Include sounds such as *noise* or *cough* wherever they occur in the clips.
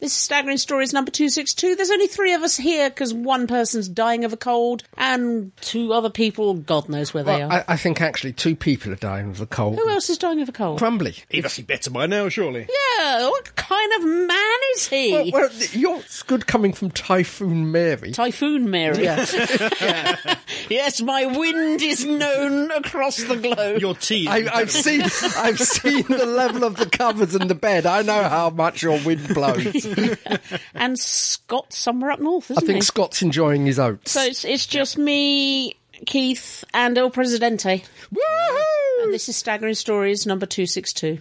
This is Staggering Stories number 262. There's only three of us here because one person's dying of a cold and two other people, God knows where they Well, are. I, I think actually two people are dying of the cold. Who else is dying of a cold? Crumbly. He must be better by now, surely. Yeah, what kind of man is he? Well, well, you're it's good coming from Typhoon Mary. Typhoon Mary. Yeah. *laughs* Yes, my wind is known across the globe. Your tea. I, I've seen, I've seen the level of the covers and the bed. I know how much your *laughs* wind blows. and Scott's somewhere up north, I isn't he? think Scott's enjoying his oats. so it's, it's just me, Keith, and El Presidente. Woohoo! And this is Staggering Stories number 262.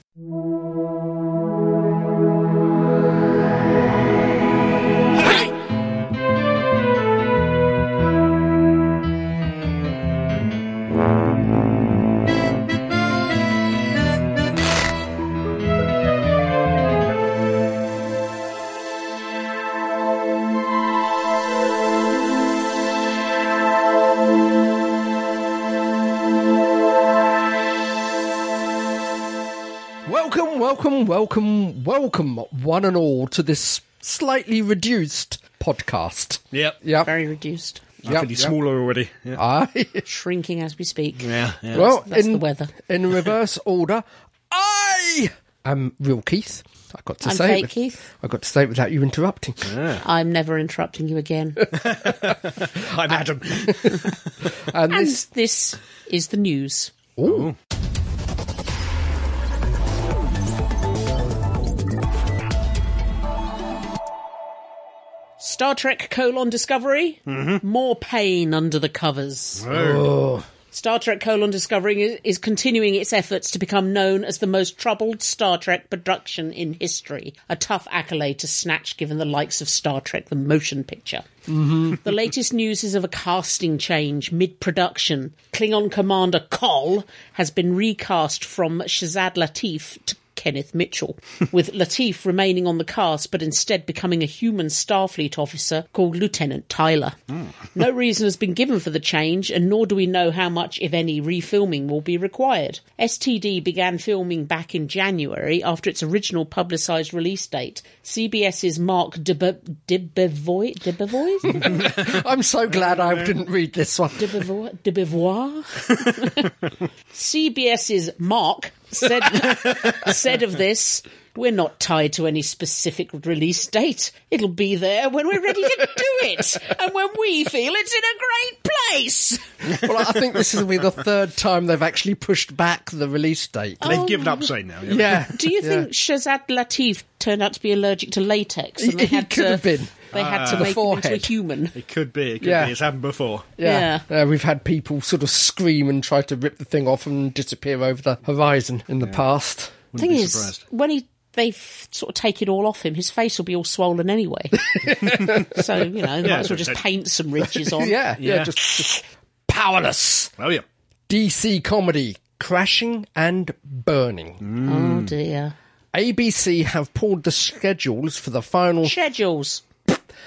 Welcome, welcome, welcome, welcome, one and all, to this slightly reduced podcast. Yep. Yep. Very reduced. I yep, feel he's yep. Ah. smaller already. Yeah. Aye. Shrinking as we speak. yeah, yeah. well, that's in, the weather. In reverse order, I am real Keith. I got to I'm say, it fake with- *laughs* Keith. I got to say it without you interrupting. I'm never interrupting you again. Hi, *laughs* madam. And and this, this is the news. ooh, Star Trek colon Discovery. More pain under the covers. Oh. Star Trek colon Discovery is, is continuing its efforts to become known as the most troubled Star Trek production in history. A tough accolade to snatch given the likes of Star Trek the motion picture. the latest news is of a casting change mid production. Klingon Commander Kol has been recast from Shazad Latif to Kenneth Mitchell, with Latif remaining on the cast but instead becoming a human Starfleet officer called Lieutenant Tyler. no reason has been given for the change, and nor do we know how much, if any, refilming will be required. STD began filming back in January after its original publicised release date. CBS's Mark Debe- Debevoy Debevoy? I'm so glad I didn't read this one. de Beauvoir, de Beauvoir. *laughs* CBS's Mark said *laughs* said of this, "We're not tied to any specific release date. It'll be there when we're ready to do it, and when we feel it's in a great place." Well, I think this will be the third time they've actually pushed back the release date. They've given up saying now. Yeah. Yeah. Oh, *laughs* Do you Yeah. think Shazad Latif turned out to be allergic to latex? And they *laughs* He had could to, have been. They had to the make him into a forehead. human. It could be. It could Yeah. be. It's happened before. Yeah. Uh, we've had people sort of scream and try to rip the thing off and disappear over the horizon in the past. thing be is, surprised. when he they f- sort of take it all off him, his face will be all swollen *laughs* anyway. so you know, they might as well just paint some ridges on. Yeah, yeah, Yeah. Just, just powerless. Oh, yeah. DC comedy Crashing and Burning. Oh dear. ABC have pulled the schedules for the final Schedules.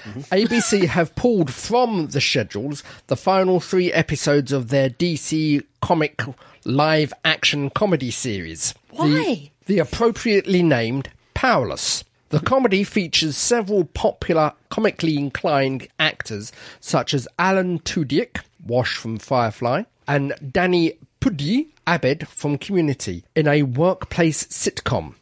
ABC have pulled from the schedules the final three episodes of their DC comic live action comedy series. Why? The, the appropriately named Powerless. The comedy features several popular comically inclined actors such as Alan Tudyk, Wash from Firefly, and Danny Pudi Abed from Community in a workplace sitcom.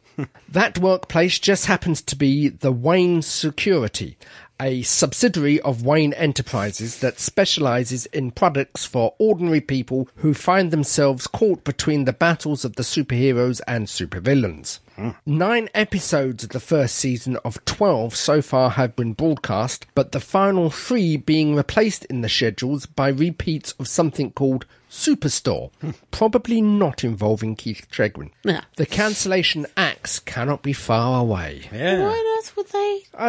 that workplace just happens to be the Wayne Security, a subsidiary of Wayne Enterprises that specializes in products for ordinary people who find themselves caught between the battles of the superheroes and supervillains. Nine episodes of the first season of 12 so far have been broadcast, but the final three being replaced in the schedules by repeats of something called Superstore, probably not involving Keith Tregwin. Yeah. The cancellation axe cannot be far away. Why Yeah. on earth would they? I, I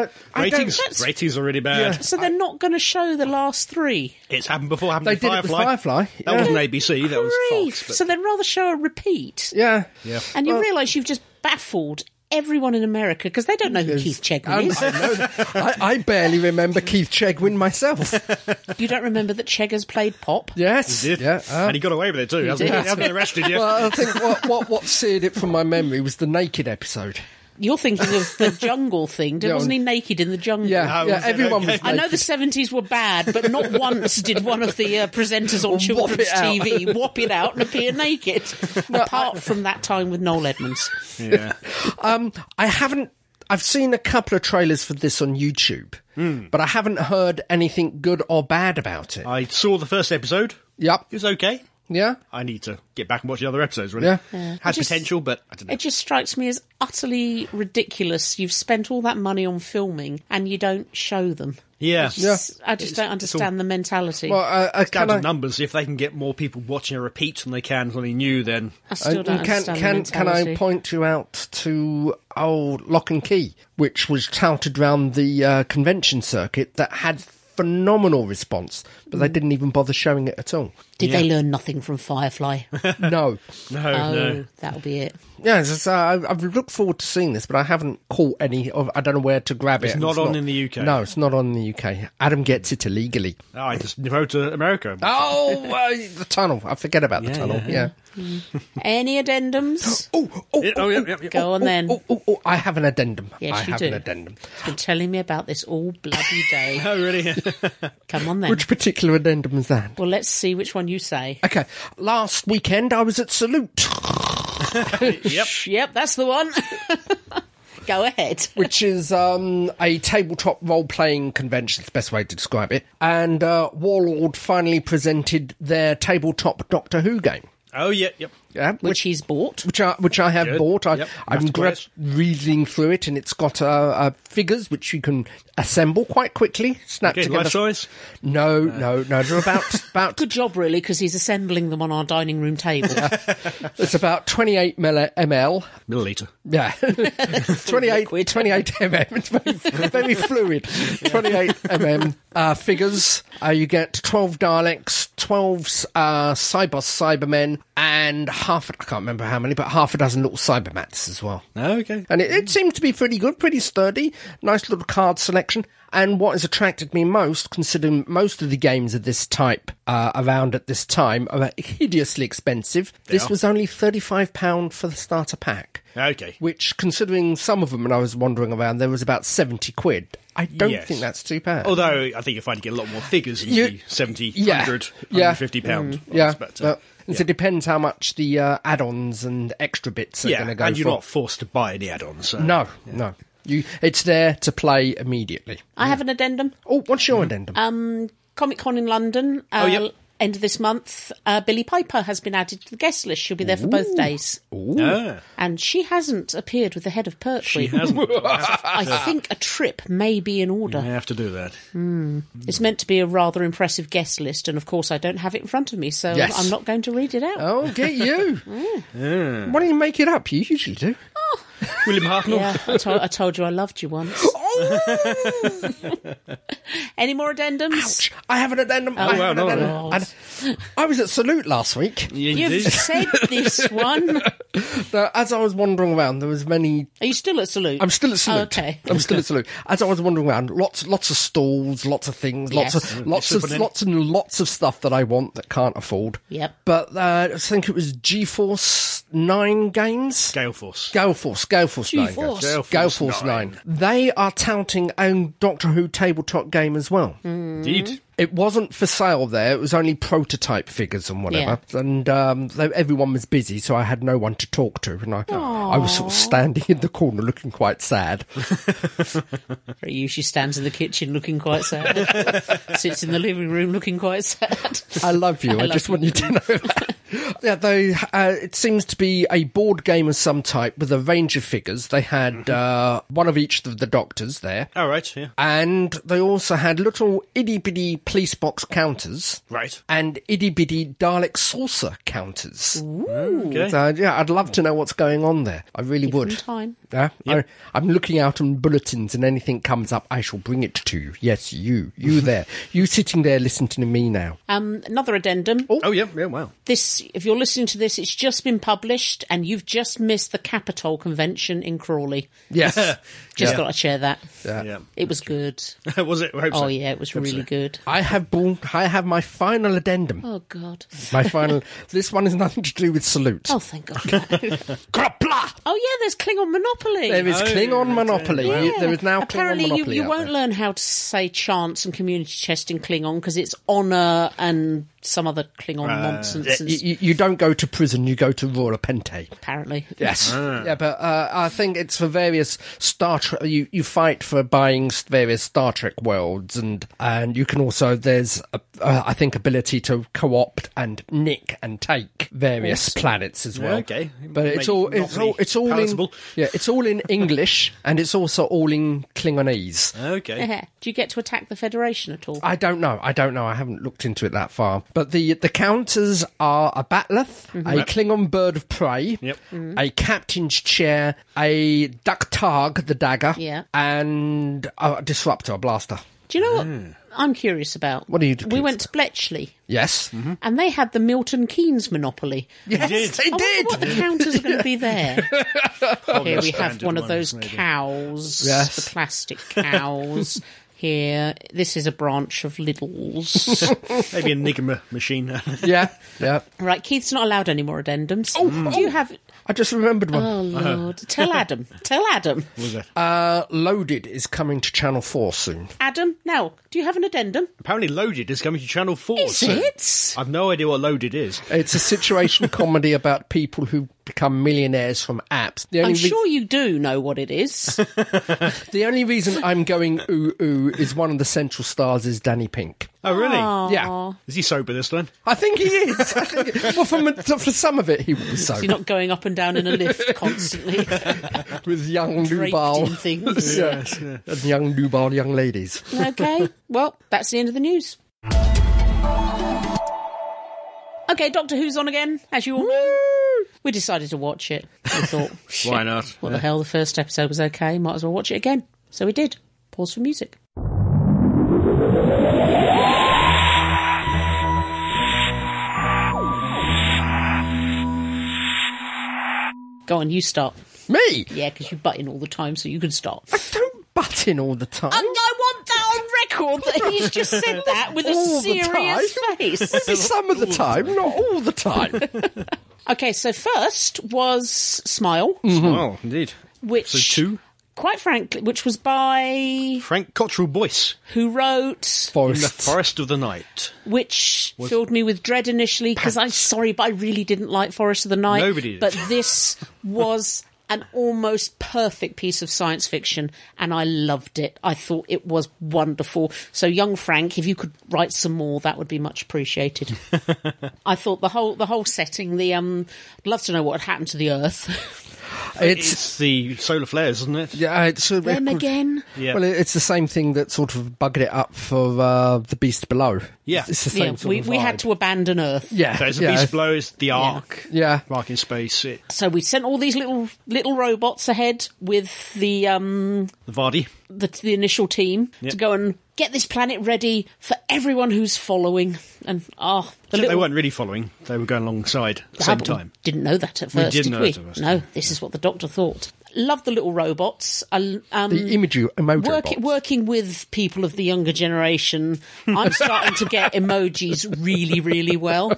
don't- Ratings. that's- Ratings are really bad. So they're not going to show the last three. It's happened before. Happened They with did it with Firefly. Firefly, That yeah. wasn't ABC. That was Grief. Fox. but- So they'd rather show a repeat. Yeah. Yeah. And you realise you've just baffled everyone in America because they don't know who Keith Chegwin And is. *laughs* I, know that- I, I barely remember Keith Chegwin *laughs* myself. You don't remember that Cheggers played pop. Yes. Did. Yeah. uh, and he got away with it too. Hasn't he? did. He hasn't been arrested yet. well, I think what, what, what seared it from my memory was the naked episode. You're thinking of the *laughs* jungle thing. Did- Yeah, Wasn't he on- naked in the jungle? Yeah, I yeah. was- Everyone okay. was. I know naked. the 70s were bad, but not once did one of the uh, presenters on children's it out. *laughs* TV whop it out and appear naked, apart from that time with Noel Edmonds. Yeah. Um, I haven't. I've seen a couple of trailers for this on YouTube, but I haven't heard anything good or bad about it. Hmm. I saw the first episode. yep. It was okay. Yeah. I need to get back and watch the other episodes, really. Yeah. Had It just- potential, but I don't know. It just strikes me as utterly ridiculous. You've spent all that money on filming and you don't show them. yeah. S- I just don't understand the mentality. Well, I, uh, I Down kind to of. numbers. If they can get more people watching a repeat than they can something new, then I still don't can understand can the can I mentality. point you out to oh Lock and Key, which was touted round the uh, convention circuit that had phenomenal response, but Mm. they didn't even bother showing it *laughs* at all. Did they learn nothing from Firefly? no, oh, no, no. that'll be it. yeah, it's just, uh, I, I've looked forward to seeing this, but I haven't caught any. Of, I don't know where to grab it. It's and not on in the UK. No, it's not on in the UK. Adam gets it illegally. Oh, I just drove to America. *laughs* Oh, uh, the tunnel! I forget about the Yeah, tunnel. yeah, Yeah. Any *gasps* addendums? *laughs* Oh, oh, Yeah, oh, yeah, yeah, yeah. Go on then. Oh, oh, oh, I have an addendum. Yes, I you have do. an addendom. It's been telling me about this all bloody *laughs* day. Oh, really? Come on then. Which particular addendum is that? Well, let's see which one you say. Okay. Last weekend, I was at Salute, yep. Yep, that's the one. *laughs* Go ahead. which is um, a tabletop role playing convention. It's the best way to describe it. And uh, Warlord finally presented their tabletop Doctor Who game. Oh, yeah, yep. Yeah, Which he's bought. which I which I have Good. bought. I, Yep. I'm That's gra- great. reading through it, and it's got uh, uh, figures which you can assemble quite quickly, snap Okay, together. life size. No, no, no. They're *laughs* about about Good job, really, because he's assembling them on our dining room table. it's about 28 ml. ml. Milliliter. Yeah, *laughs* 28, 28 mm. *laughs* It's very, very fluid. 28 mm uh, figures. Uh, you get 12 Daleks, 12 uh, Cybos Cybermen, and half. I can't remember how many, but half a dozen little Cybermats as well. Oh, okay. And it, it seems to be pretty good, pretty sturdy, nice little card selection. And what has attracted me most, considering most of the games of this type uh, around at this time are hideously expensive, this are. was only £35 for the starter pack. Okay. Which, considering some of them, and I was wandering around, there was about 70 quid. I don't Yes. think that's too bad. Although I think you're finding to get a lot more figures in You- the 70, Yeah. 100, Yeah. 150 pound. ones, yeah. but, uh, but- and So it depends how much the uh, add ons and extra bits are yeah, going to go and you're for. not forced to buy any add-ons. So. No, no. You, it's there to play immediately. I have an addendum. Oh, what's Mm-hmm. your addendum? Comic Con in London. Uh, yep. End of this month, uh, Billy Piper has been added to the guest list. She'll be there for both days. Ah, And she hasn't appeared with the head of Pertwee. she hasn't. I I think a trip may be in order. have to do that. It's meant to be a rather impressive guest list, and of course, I don't have it in front of me, so Yes. I'm not going to read it out. Oh, get *laughs* you. Mm. Why don't you make it up? You usually *laughs* do. William *laughs* Hartnell. Yeah, I, to- I told you I loved you once. *gasps* Any more addendums? I have an addendum. I, have wow, an no, addendum. no. And I was at Salute last *laughs* week. You You've do. said *laughs* this one. Are Now, As I was wandering around, there was many. you still at salute? I'm still at Salute. okay. I'm still at Salute. As I was wandering around, lots, lots of stalls, lots of things, lots Yes. of, lots Slipping of, in. lots and lots of stuff that I want that can't afford. Yep. But uh, I think it was GeForce Nine games. Gale *laughs* Force. Gale Force, Gale Force Nine. G-Force. Gale Force, Gale Force Nine. They are touting a Doctor Who tabletop game as well. Hmm. Indeed. It wasn't for sale there. It was only prototype figures and whatever. And um, so everyone was busy, so I had no one to talk to, and I, I was sort of standing in the corner looking quite sad. It usually stands in the kitchen looking quite *laughs* sad. Sits in the living room looking quite sad. I *laughs* love you. I, love just you. want you to *laughs* know that. yeah, they, uh, it seems to be a board game of some type with a range of figures. They had Mm-hmm. uh, one of each of the doctors there. All right. Yeah. And they also had little itty bitty police box counters. Right. And itty bitty Dalek saucer counters. Okay. So, yeah, I'd love to know what's going on there. I really In would. time. Yeah, I, I'm looking out on bulletins, and anything comes up, I shall bring it to you. Yes, you, you there, you sitting there listening to me now. Um, another addendum. Oh yeah. Yeah. Wow. This, if you're listening to this, it's just been published, and you've just missed the Capitol Convention in Crawley. Yes, Just Yeah. thought I'd share that. Yeah. It was good. *laughs* was it? I hope so. Oh yeah, it was really good. I have born, I have my final addendum. Oh *laughs* god. My final. this one has nothing to do with salute. Oh thank God. Krapla! *laughs* Oh yeah, there's Klingon Monopoly. There is Oh, Klingon Monopoly. Yeah. There is now Apparently Klingon Monopoly. you, out you won't there. learn how to say chance and community chest in Klingon because it's honor and some other Klingon nonsense. and- You, you- you don't go to prison. You go to Royal Pente. apparently, *laughs* Yes. Ah. Yeah, but uh, I think it's for various Star Trek. You, you fight for buying s- various Star Trek worlds, and and you can also there's a, uh, I think ability to co-opt and nick and take various planets as well. okay. but it's Make all it's all monopoly it's all in palatable. yeah it's all in English and it's also all in Klingonese. Okay. *laughs* do you get to attack the Federation at all? I don't know. I don't know. I haven't looked into it that far. But the the counters are a batleth, Mm-hmm. a Klingon bird of prey, Yep. a captain's chair, a ducktag, the dagger, Yeah. and a disruptor, a blaster. Do you know what I'm curious about? Ah. What are you We went to Bletchley Yes. and they had the Milton Keynes Monopoly. Yes, did. they I did. wonder Oh, Oh, what the counters are going to be *laughs* there. Here we have Oh, standard one of those ones, maybe. cows, Yes. the *laughs* plastic cows. Here, this is a branch of *laughs* Lidl's. Maybe an Enigma machine. *laughs* *laughs* yeah. Yeah. right, Keith's not allowed any more addendums. Oh, Do you have? I just remembered one. Oh Lord! Tell Adam. Tell Adam. Uh, Loaded is coming to Channel 4 soon. Adam, now, do you have an addendum? Apparently, Loaded is coming to Channel 4. Is so it? I've no idea what Loaded is. It's *laughs* a situation comedy about people who become millionaires from apps. The I'm only re- sure you do know what it is. The only reason I'm going ooh ooh is one of the central stars is Danny Pink. Oh, really? Ah, Yeah. Is he sober this time? I think he is. *laughs* I think, well, for, for some of it, he was so You're not going up and down in a lift constantly. with young draped in Nubal, things. yes, *laughs* and young Nubal young ladies. okay. Well, that's the end of the news. Okay, Doctor Who's on again, as you all know. We decided to watch it. We thought, shit, Why not? What the hell? The first episode was okay. Might as well watch it again. So we did. Pause for music. Go on, you start. Me, Yeah, because you butt in all the time, so you can *laughs* start. I don't butt in all the time. And I want that on record that he's just said that with a All the serious time. face. some of the time, not all the time. *laughs* okay, so first was Smile, Well, Mm-hmm. Oh, indeed. which Mm. So two. quite frankly, which was by Frank Cottrell Boyce. who wrote, In the Forest. Forest of the Night. which filled me with dread initially because I'm sorry, but I really didn't like Forest of the Night. Nobody did. But this *laughs* was. An almost perfect piece of science fiction, and I loved it. I thought it was wonderful. So, young Frank, if you could write some more, that would be much appreciated. *laughs* I thought the whole the whole setting, the um, I'd love to know what had happened to the *laughs* Earth. It's *laughs* It's the solar flares, isn't it? yeah, it's a Them again. Yeah. Well, it's the same thing that sort of bugged it up for uh, the Beast Below. Yeah. it's the same Yeah, sort we, of we had vibe. to abandon Earth. Yeah, So it's a yeah, beast blow, it's the arc. Yeah. Arc in space. It, So we sent all these little little robots ahead with the um, the Vardy. the, the initial team to go and get this planet ready for everyone who's following. And ah, the They little weren't really following, they were going alongside at the same Hubble time. didn't know that at first. did didn't know we? that at first, no, this is what the Doctor thought. Love the little robots. I l- Um, the emoji emoji Work, box. working with people of the younger generation, I'm starting to get emojis really, really well.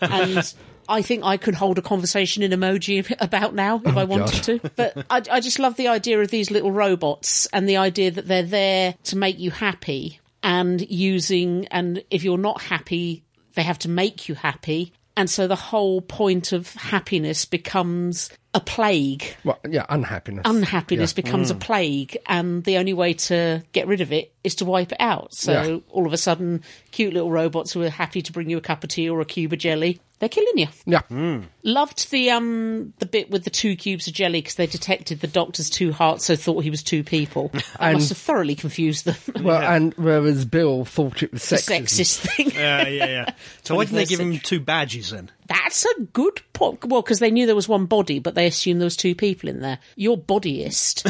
And I think I could hold a conversation in emoji about now if I wanted to. But I, I just love the idea of these little robots and the idea that they're there to make you happy and using, and if you're not happy, they have to make you happy. And so the whole point of happiness becomes a plague Well, yeah, unhappiness. unhappiness becomes a plague, and the only way to get rid of it is to wipe it out. So Yeah. all of a sudden, cute little robots who are happy to bring you a cup of tea or a cube of jelly, they're killing you. yeah. Mm, Loved the um the bit with the two cubes of jelly because they detected the doctor's two hearts, so thought he was two people. I must have thoroughly confused them. *laughs* Well, and whereas Bill thought it was The sexism. sexist thing. Yeah, yeah, yeah. *laughs* So why didn't they give him two badges then? That's a good pop. Well, because they knew there was one body, but they assumed there was two people in there. You're bodyist.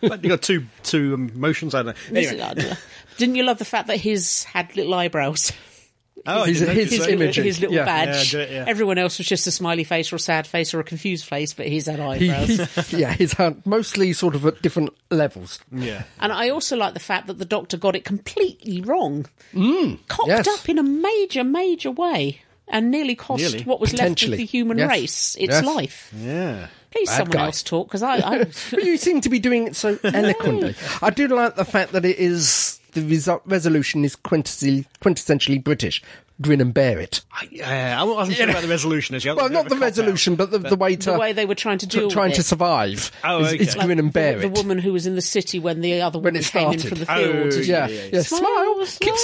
But you got two two emotions. I don't know. Is it? Anyway. I don't know. Didn't you love the fact that his had little eyebrows? Oh, I His- didn't his notice his that. little, image. his little Yeah. badge. Yeah, I do it, yeah. Everyone else was just a smiley face or a sad face or a confused face, but he's that He- eyebrows. he- *laughs* yeah, his hand mostly sort of at different levels. Yeah. and I also like the fact that the doctor got it completely wrong. Cocked Mm. yes. up in a major, major way. and nearly cost Nearly. what was left of Potentially. the human Yes. race its Yes. life. Yeah. Please, Bad someone guy. else talk because I, *laughs* I But you seem to be doing it so eloquently. I do like the fact that it is the resol- resolution is quintessentially, quintessentially British. Grin and bear it. I, uh, I wasn't sure about the resolution. Actually. I Well, was a not bit the of a cop-out. resolution, but the, the way to the way they were trying to tr- deal trying with to it. survive Oh, is, is okay. grin and bear the, it. the woman who was in the city when the other When woman it came in from started. the Oh, field. yeah, Yeah, yeah. Smile, Smile, keep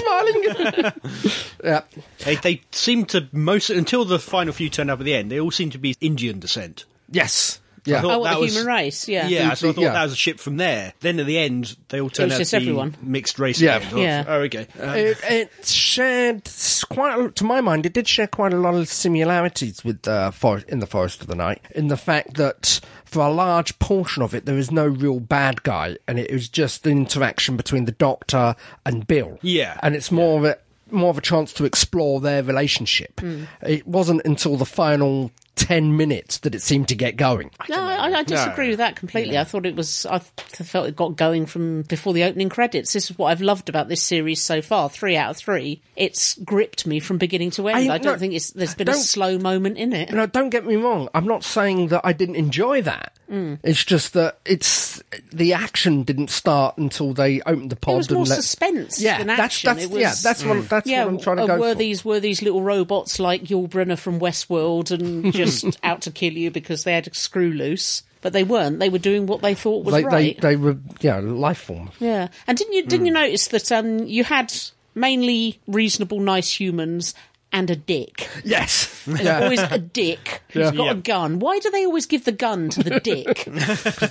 smiling. *laughs* yeah, They, they seem to most until the final few turned up at the end. They all seem to be Indian descent. yes, yeah. thought- Oh, what, That the was- human race, yeah. Yeah, so I thought Yeah. that was a ship from there. Then at the end, they all turned was out just to be everyone. mixed race. Yeah. again. I was- Yeah. Oh, okay. Uh, it, it shared s- quite, a- to my mind, it did share quite a lot of similarities with the forest in the Forest of the Night, in the fact that for a large portion of it, there is no real bad guy, and it was just the interaction between the Doctor and Bill. Yeah. Mm. and it's more of a more of a chance to explore their relationship. It wasn't until the final ten minutes that it seemed to get going. No, I, I disagree with that completely. I thought it was. I th- felt it got going from before the opening credits. This is what I've loved about this series so far. Three out of three. It's gripped me from beginning to end. I- I, don't no, think it's, there's been a don't- slow moment in it. No, don't get me wrong. I'm not saying that I didn't enjoy that. Mm. It's just that it's the action didn't start until they opened the pod. it was and more let- suspense Yeah, than that's action. that's it was, yeah, that's what that's yeah, what I'm trying to uh, go were for. these were these little robots like Yul Brynner from Westworld *laughs* and just out to kill you because they had a screw loose? But they weren't. They were doing what they thought was Like, right. they they were yeah life form. Yeah, and didn't you didn't you notice that um, you had mainly reasonable, nice humans and a dick. *laughs* Yes, There's always a dick who's got a Yeah. gun. Why do they always give the gun to the dick, because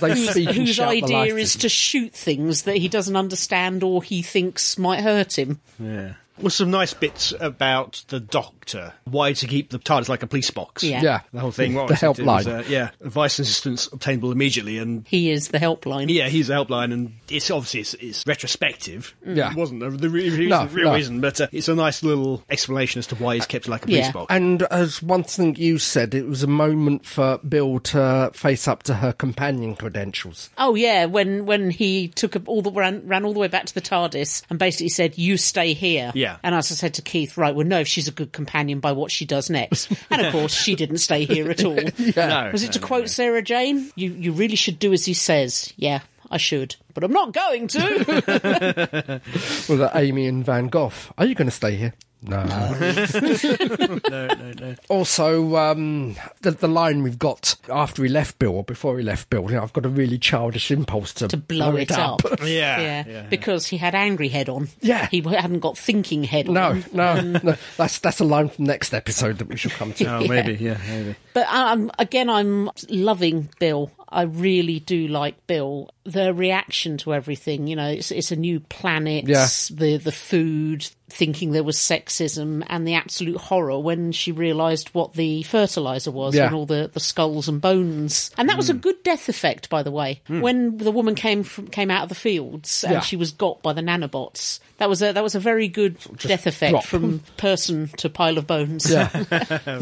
*laughs* they speak and whose shout the idea life is in. to shoot things that he doesn't understand or he thinks might hurt him? yeah. Well, some nice bits about the doctor. Why to keep the TARDIS like a police box. Yeah. yeah The whole thing. What the was it? It was, helpline. uh, yeah. Advice and assistance obtainable immediately and He is the helpline. Yeah, he's the helpline, and it's obviously it's, it's retrospective. Mm. Yeah. it wasn't the, the re- reason, No, real no. reason, but uh, it's a nice little explanation as to why he's kept like a police Yeah. box. And as one thing you said, it was a moment for Bill to face up to her companion credentials. Oh yeah, when when he took up all the ran, ran all the way back to the TARDIS and basically said, "You stay here." Yeah. And as I said to Keith, right, we'll know if she's a good companion by what she does *laughs* next. And of course, she didn't stay here at all. No, Was it no, to no, quote no. Sarah Jane? You you really should do as he says. Yeah, I should, but I'm not going *laughs* to. Well, that Amy and Van Gogh. Are you going to stay here? No. *laughs* *laughs* No, no, no. Also, um, the, the line we've got after he left Bill, or before he left Bill, you know, I've got a really childish impulse to, to blow it up. Yeah, yeah, yeah, yeah. because he had angry head on. Yeah. he hadn't got thinking head on. *laughs* No, no, no. That's that's a line from next episode that we shall come *laughs* *laughs* to. Oh, maybe, yeah, maybe. But um, again, I'm loving Bill. I really do like Bill. The reaction to everything, you know, it's, it's a new planet. Yeah. The the food, thinking there was sexism, and the absolute horror when she realised what the fertilizer was Yeah. Hmm. and all the, the skulls and bones. And that was a good death effect, by the way. When the woman came from, came out of the fields and Yeah. she was got by the nanobots, that was a that was a very good death effect drop. from person to pile of bones. Yeah.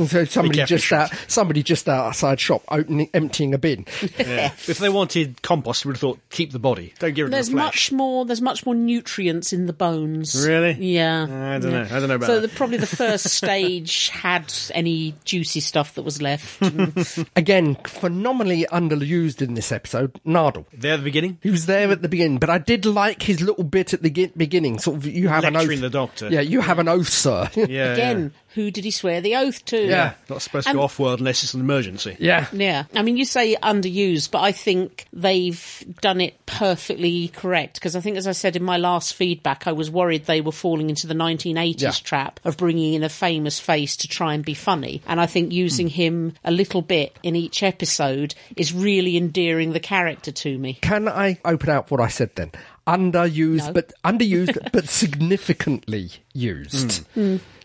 so somebody careful, just out, Sean. somebody just outside shop opening, emptying *laughs* a bin. If they wanted compost, they would have thought keep the body, don't give it There's the flesh. much more. There's much more nutrients in the bones. Really? Uh, Yeah. I don't know. I don't know about so that. the, probably the *laughs* first stage had any juicy stuff that was *laughs* left. Again, phenomenally underused in this episode. Nardle. There at the beginning. He was there at the beginning, but I did like his little bit at the ge- beginning. Sort of, you have an Lecturing oath. the doctor. Yeah, you have an oath, sir. Yeah. Yeah, Again, who did he swear the oath to? Yeah. Not supposed to go And- off world unless it's an emergency. Yeah. I mean, you say underused, but I think they've done it perfectly correct. Because I think, as I said in my last feedback, I was worried they were falling into the 1980s Yeah. trap of bringing in a famous face to try and be funny. And I think Hmm. using him a little bit in each episode is really endearing the character to me. Can I open out what I said then? Underused, No. but underused, *laughs* but significantly Mm. used.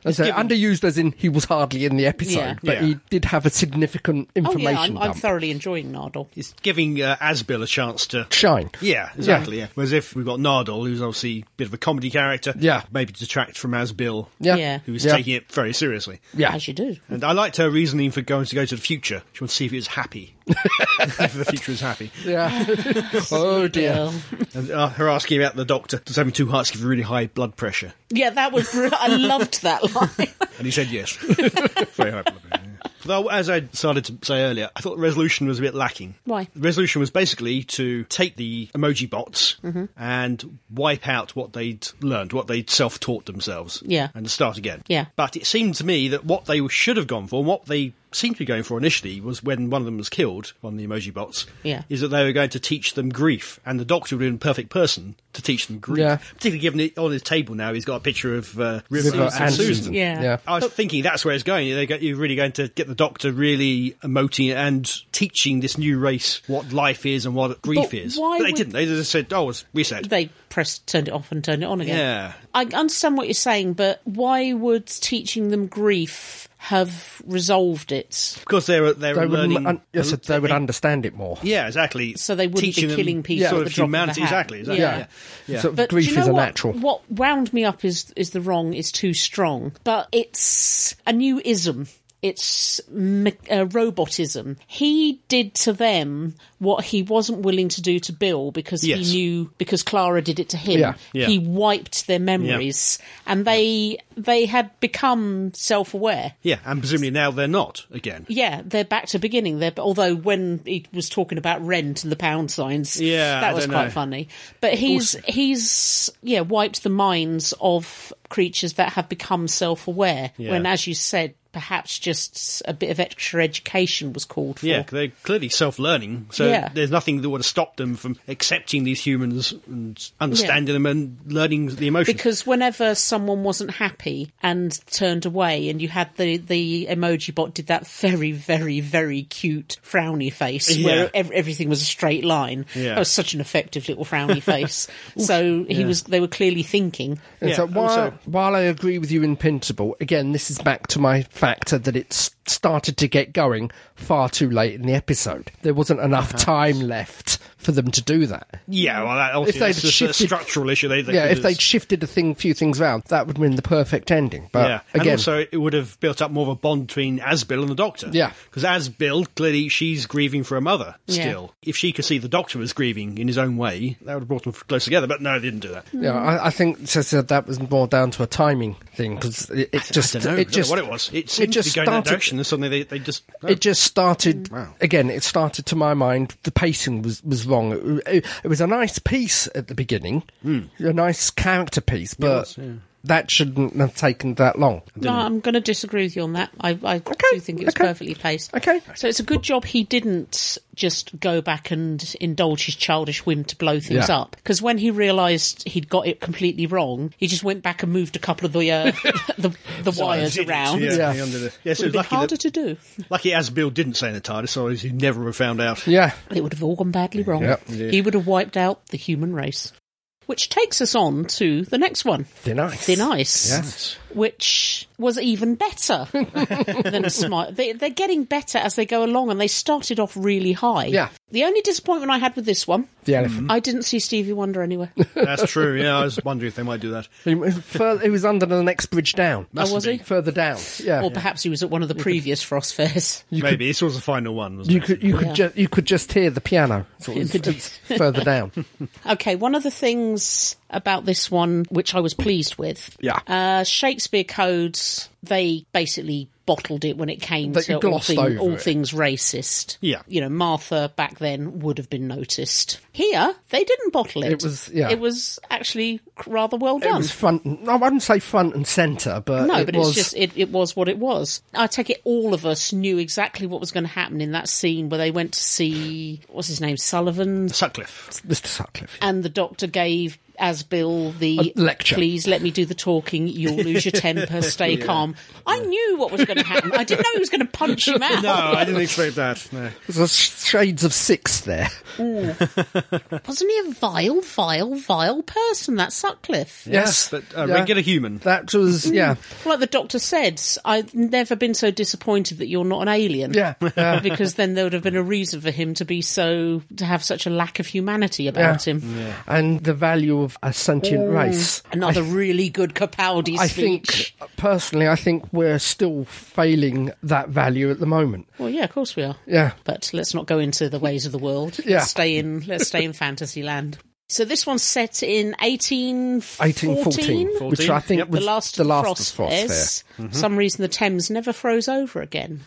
So underused, as in he was hardly in the episode, Mm. Yeah. but Yeah. he did have a significant Oh, information yeah, I'm, I'm dump. thoroughly enjoying Nardole. It's giving uh, Asbill a chance to Shine. Yeah, exactly. Yeah. Whereas if we've got Nardole, who's obviously a bit of a comedy character, Yeah. maybe detract from Asbill, Yeah. Yeah. who was Yeah. taking it very seriously. Yeah. As you do. *laughs* And I liked her reasoning for going to go to the future. She wanted to see if he was happy. if the future is happy. Yeah. *laughs* *laughs* oh dear. Well, And, uh, her asking about the doctor, does having two hearts give really high blood pressure? yeah, that was. re- I loved that line. *laughs* And he said *laughs* yes. Very high blood pressure. yeah. Though, as I started to say earlier, I thought the resolution was a bit lacking. Why? The resolution was basically to take the emoji bots Mm-hmm. and wipe out what they'd learned, what they'd self taught themselves. Yeah. And start again. Yeah. But it seemed to me that what they should have gone for and what they seemed to be going for initially was when one of them was killed, one of the emoji bots, Yeah. is that they were going to teach them grief. And the doctor would have been the perfect person to teach them grief. Yeah. Particularly given it on his table now, he's got a picture of uh, River, and, and Susan. Susan. Yeah. Yeah. I was thinking that's where it's going. They go- You're really going to get the doctor really emoting and teaching this new race what life is and what grief But is. why but they would- didn't. They just said, "Oh, it's reset." They pressed, turned it off, and turned it on again. Yeah. I understand what you're saying, but why would teaching them grief have resolved it? because they're they're They would, learning. un- yes, they would understand it more. yeah, exactly. So they wouldn't be Teaching them killing people Sort at of the drop of a humanity. hat. Exactly. Exactly. Yeah. Yeah. So But grief do you know is a what, natural. What wound me up is is the wrong is too strong, but it's a new ism. It's me- uh, robotism. He did to them what he wasn't willing to do to Bill because Yes. he knew because Clara did it to him. Yeah. Yeah. He wiped their memories, and they they had become self aware. Yeah, and presumably now they're not again. Yeah, they're back to beginning. They're although when he was talking about rent and the pound signs, Yeah, I that was don't quite know. funny. But he's he's yeah wiped the minds of creatures that have become self-aware. Yeah. When, as you said, perhaps just a bit of extra education was called for. Yeah, they're clearly self-learning, so Yeah. there's nothing that would have stopped them from accepting these humans and understanding them and learning the emotions. Because whenever someone wasn't happy and turned away, and you had the, the emoji bot did that very, very, very cute frowny face Yeah. where ev- everything was a straight line. Yeah. That was such an effective little frowny *laughs* face. So he was. They were clearly thinking. And Yeah, so and while, also- while I agree with you in principle, again, this is back to my factor that it's started to get going far too late in the episode. There wasn't enough Uh-huh. time left for them to do that. yeah, well, that, obviously, they'd that's just shifted- a structural issue. They, they yeah, could if have- they'd shifted a thing, few things around, that would have been the perfect ending. But yeah, and Uh, again, also it would have built up more of a bond between Asbill and the Doctor. Yeah. because Asbill clearly she's grieving for her mother Yeah. still. If she could see the Doctor was grieving in his own way, that would have brought them close together. But no, they didn't do that. yeah, I, I think so, so that was more down to a timing thing because it, it just I don't know, I it don't just know what it was. It seemed just to be going in started- that direction, and suddenly they, they just no. It just started Hmm. again. It started to my mind. The pacing was was wrong. It, it- it was a nice piece at the beginning, Hmm. a nice character piece, but that shouldn't have taken that long. No, I'm going to disagree with you on that. I, I do think it was okay. perfectly paced. Okay. So it's a good job he didn't just go back and indulge his childish whim to blow things Yeah. up. Because when he realised he'd got it completely wrong, he just went back and moved a couple of the uh, *laughs* the, the wires Did it, around. Oh, Yeah, Yeah. yeah. Under the, yeah so It would it's be lucky, harder that, to do. lucky Asbill didn't say in the TARDIS, otherwise he never would have found out. Yeah, It would have all gone badly wrong. Yep. He would have wiped out the human race. Which takes us on to the next one. thin ice. Thin Ice, Yes. which was even better *laughs* than Smite. They, they're getting better as they go along, and they started off really high. Yeah. The only disappointment I had with this one, The elephant. I didn't see Stevie Wonder anywhere. *laughs* That's true. Yeah, I was wondering if they might do that. It was fur- it was under the next bridge down. Hmm. oh, was Oh, he? Further down. Yeah. Or perhaps he was at one of the previous *laughs* Frost fairs. Maybe this was the final one. Wasn't you it? could you could Yeah. just you could just hear the piano. So it You *laughs* was- could- it was further down. *laughs* Okay, one of the things about this one which I was pleased with, Yeah. uh, Shakespeare codes they basically bottled it when it came They to all, glossed over thing, all it. things racist. Yeah. you know Martha back then would have been noticed. Here they didn't bottle it. It was- yeah. it was actually rather well It done. was front. and- I wouldn't say front and center, but no, it but was, it's just it, it was what it was. I take it all of us knew exactly what was going to happen in that scene where they went to see what's his name Sullivan *laughs* Sutcliffe. Mr. Sutcliffe. and the doctor gave Asbill the A lecture. Please let me do the talking. You'll *laughs* lose your temper. Stay calm. I knew what was going to happen. I didn't know he was going to punch *laughs* him out. No, I didn't expect that. No. There's shades of six there. Wasn't he a vile, vile, vile person? That Sutcliffe. Yes, but uh, a yeah. regular human. That was yeah, Like the doctor said, I've never been so disappointed that you're not an alien. yeah, *laughs* yeah. because then there would have been a reason for him to be so to have such a lack of humanity yeah. about him. And the value of of a sentient race. Another really good Capaldi I speech. think, personally, I think we're still failing that value at the moment. well, yeah, of course we are. Yeah. But let's not go into the ways of the world. Yeah. Let's stay in. Let's stay *laughs* in fantasy land. So this one's set in 1814. 1814, which I 14? think Yep. was the last, the last frost, of frost is. For some reason, the Thames never froze over *laughs* again,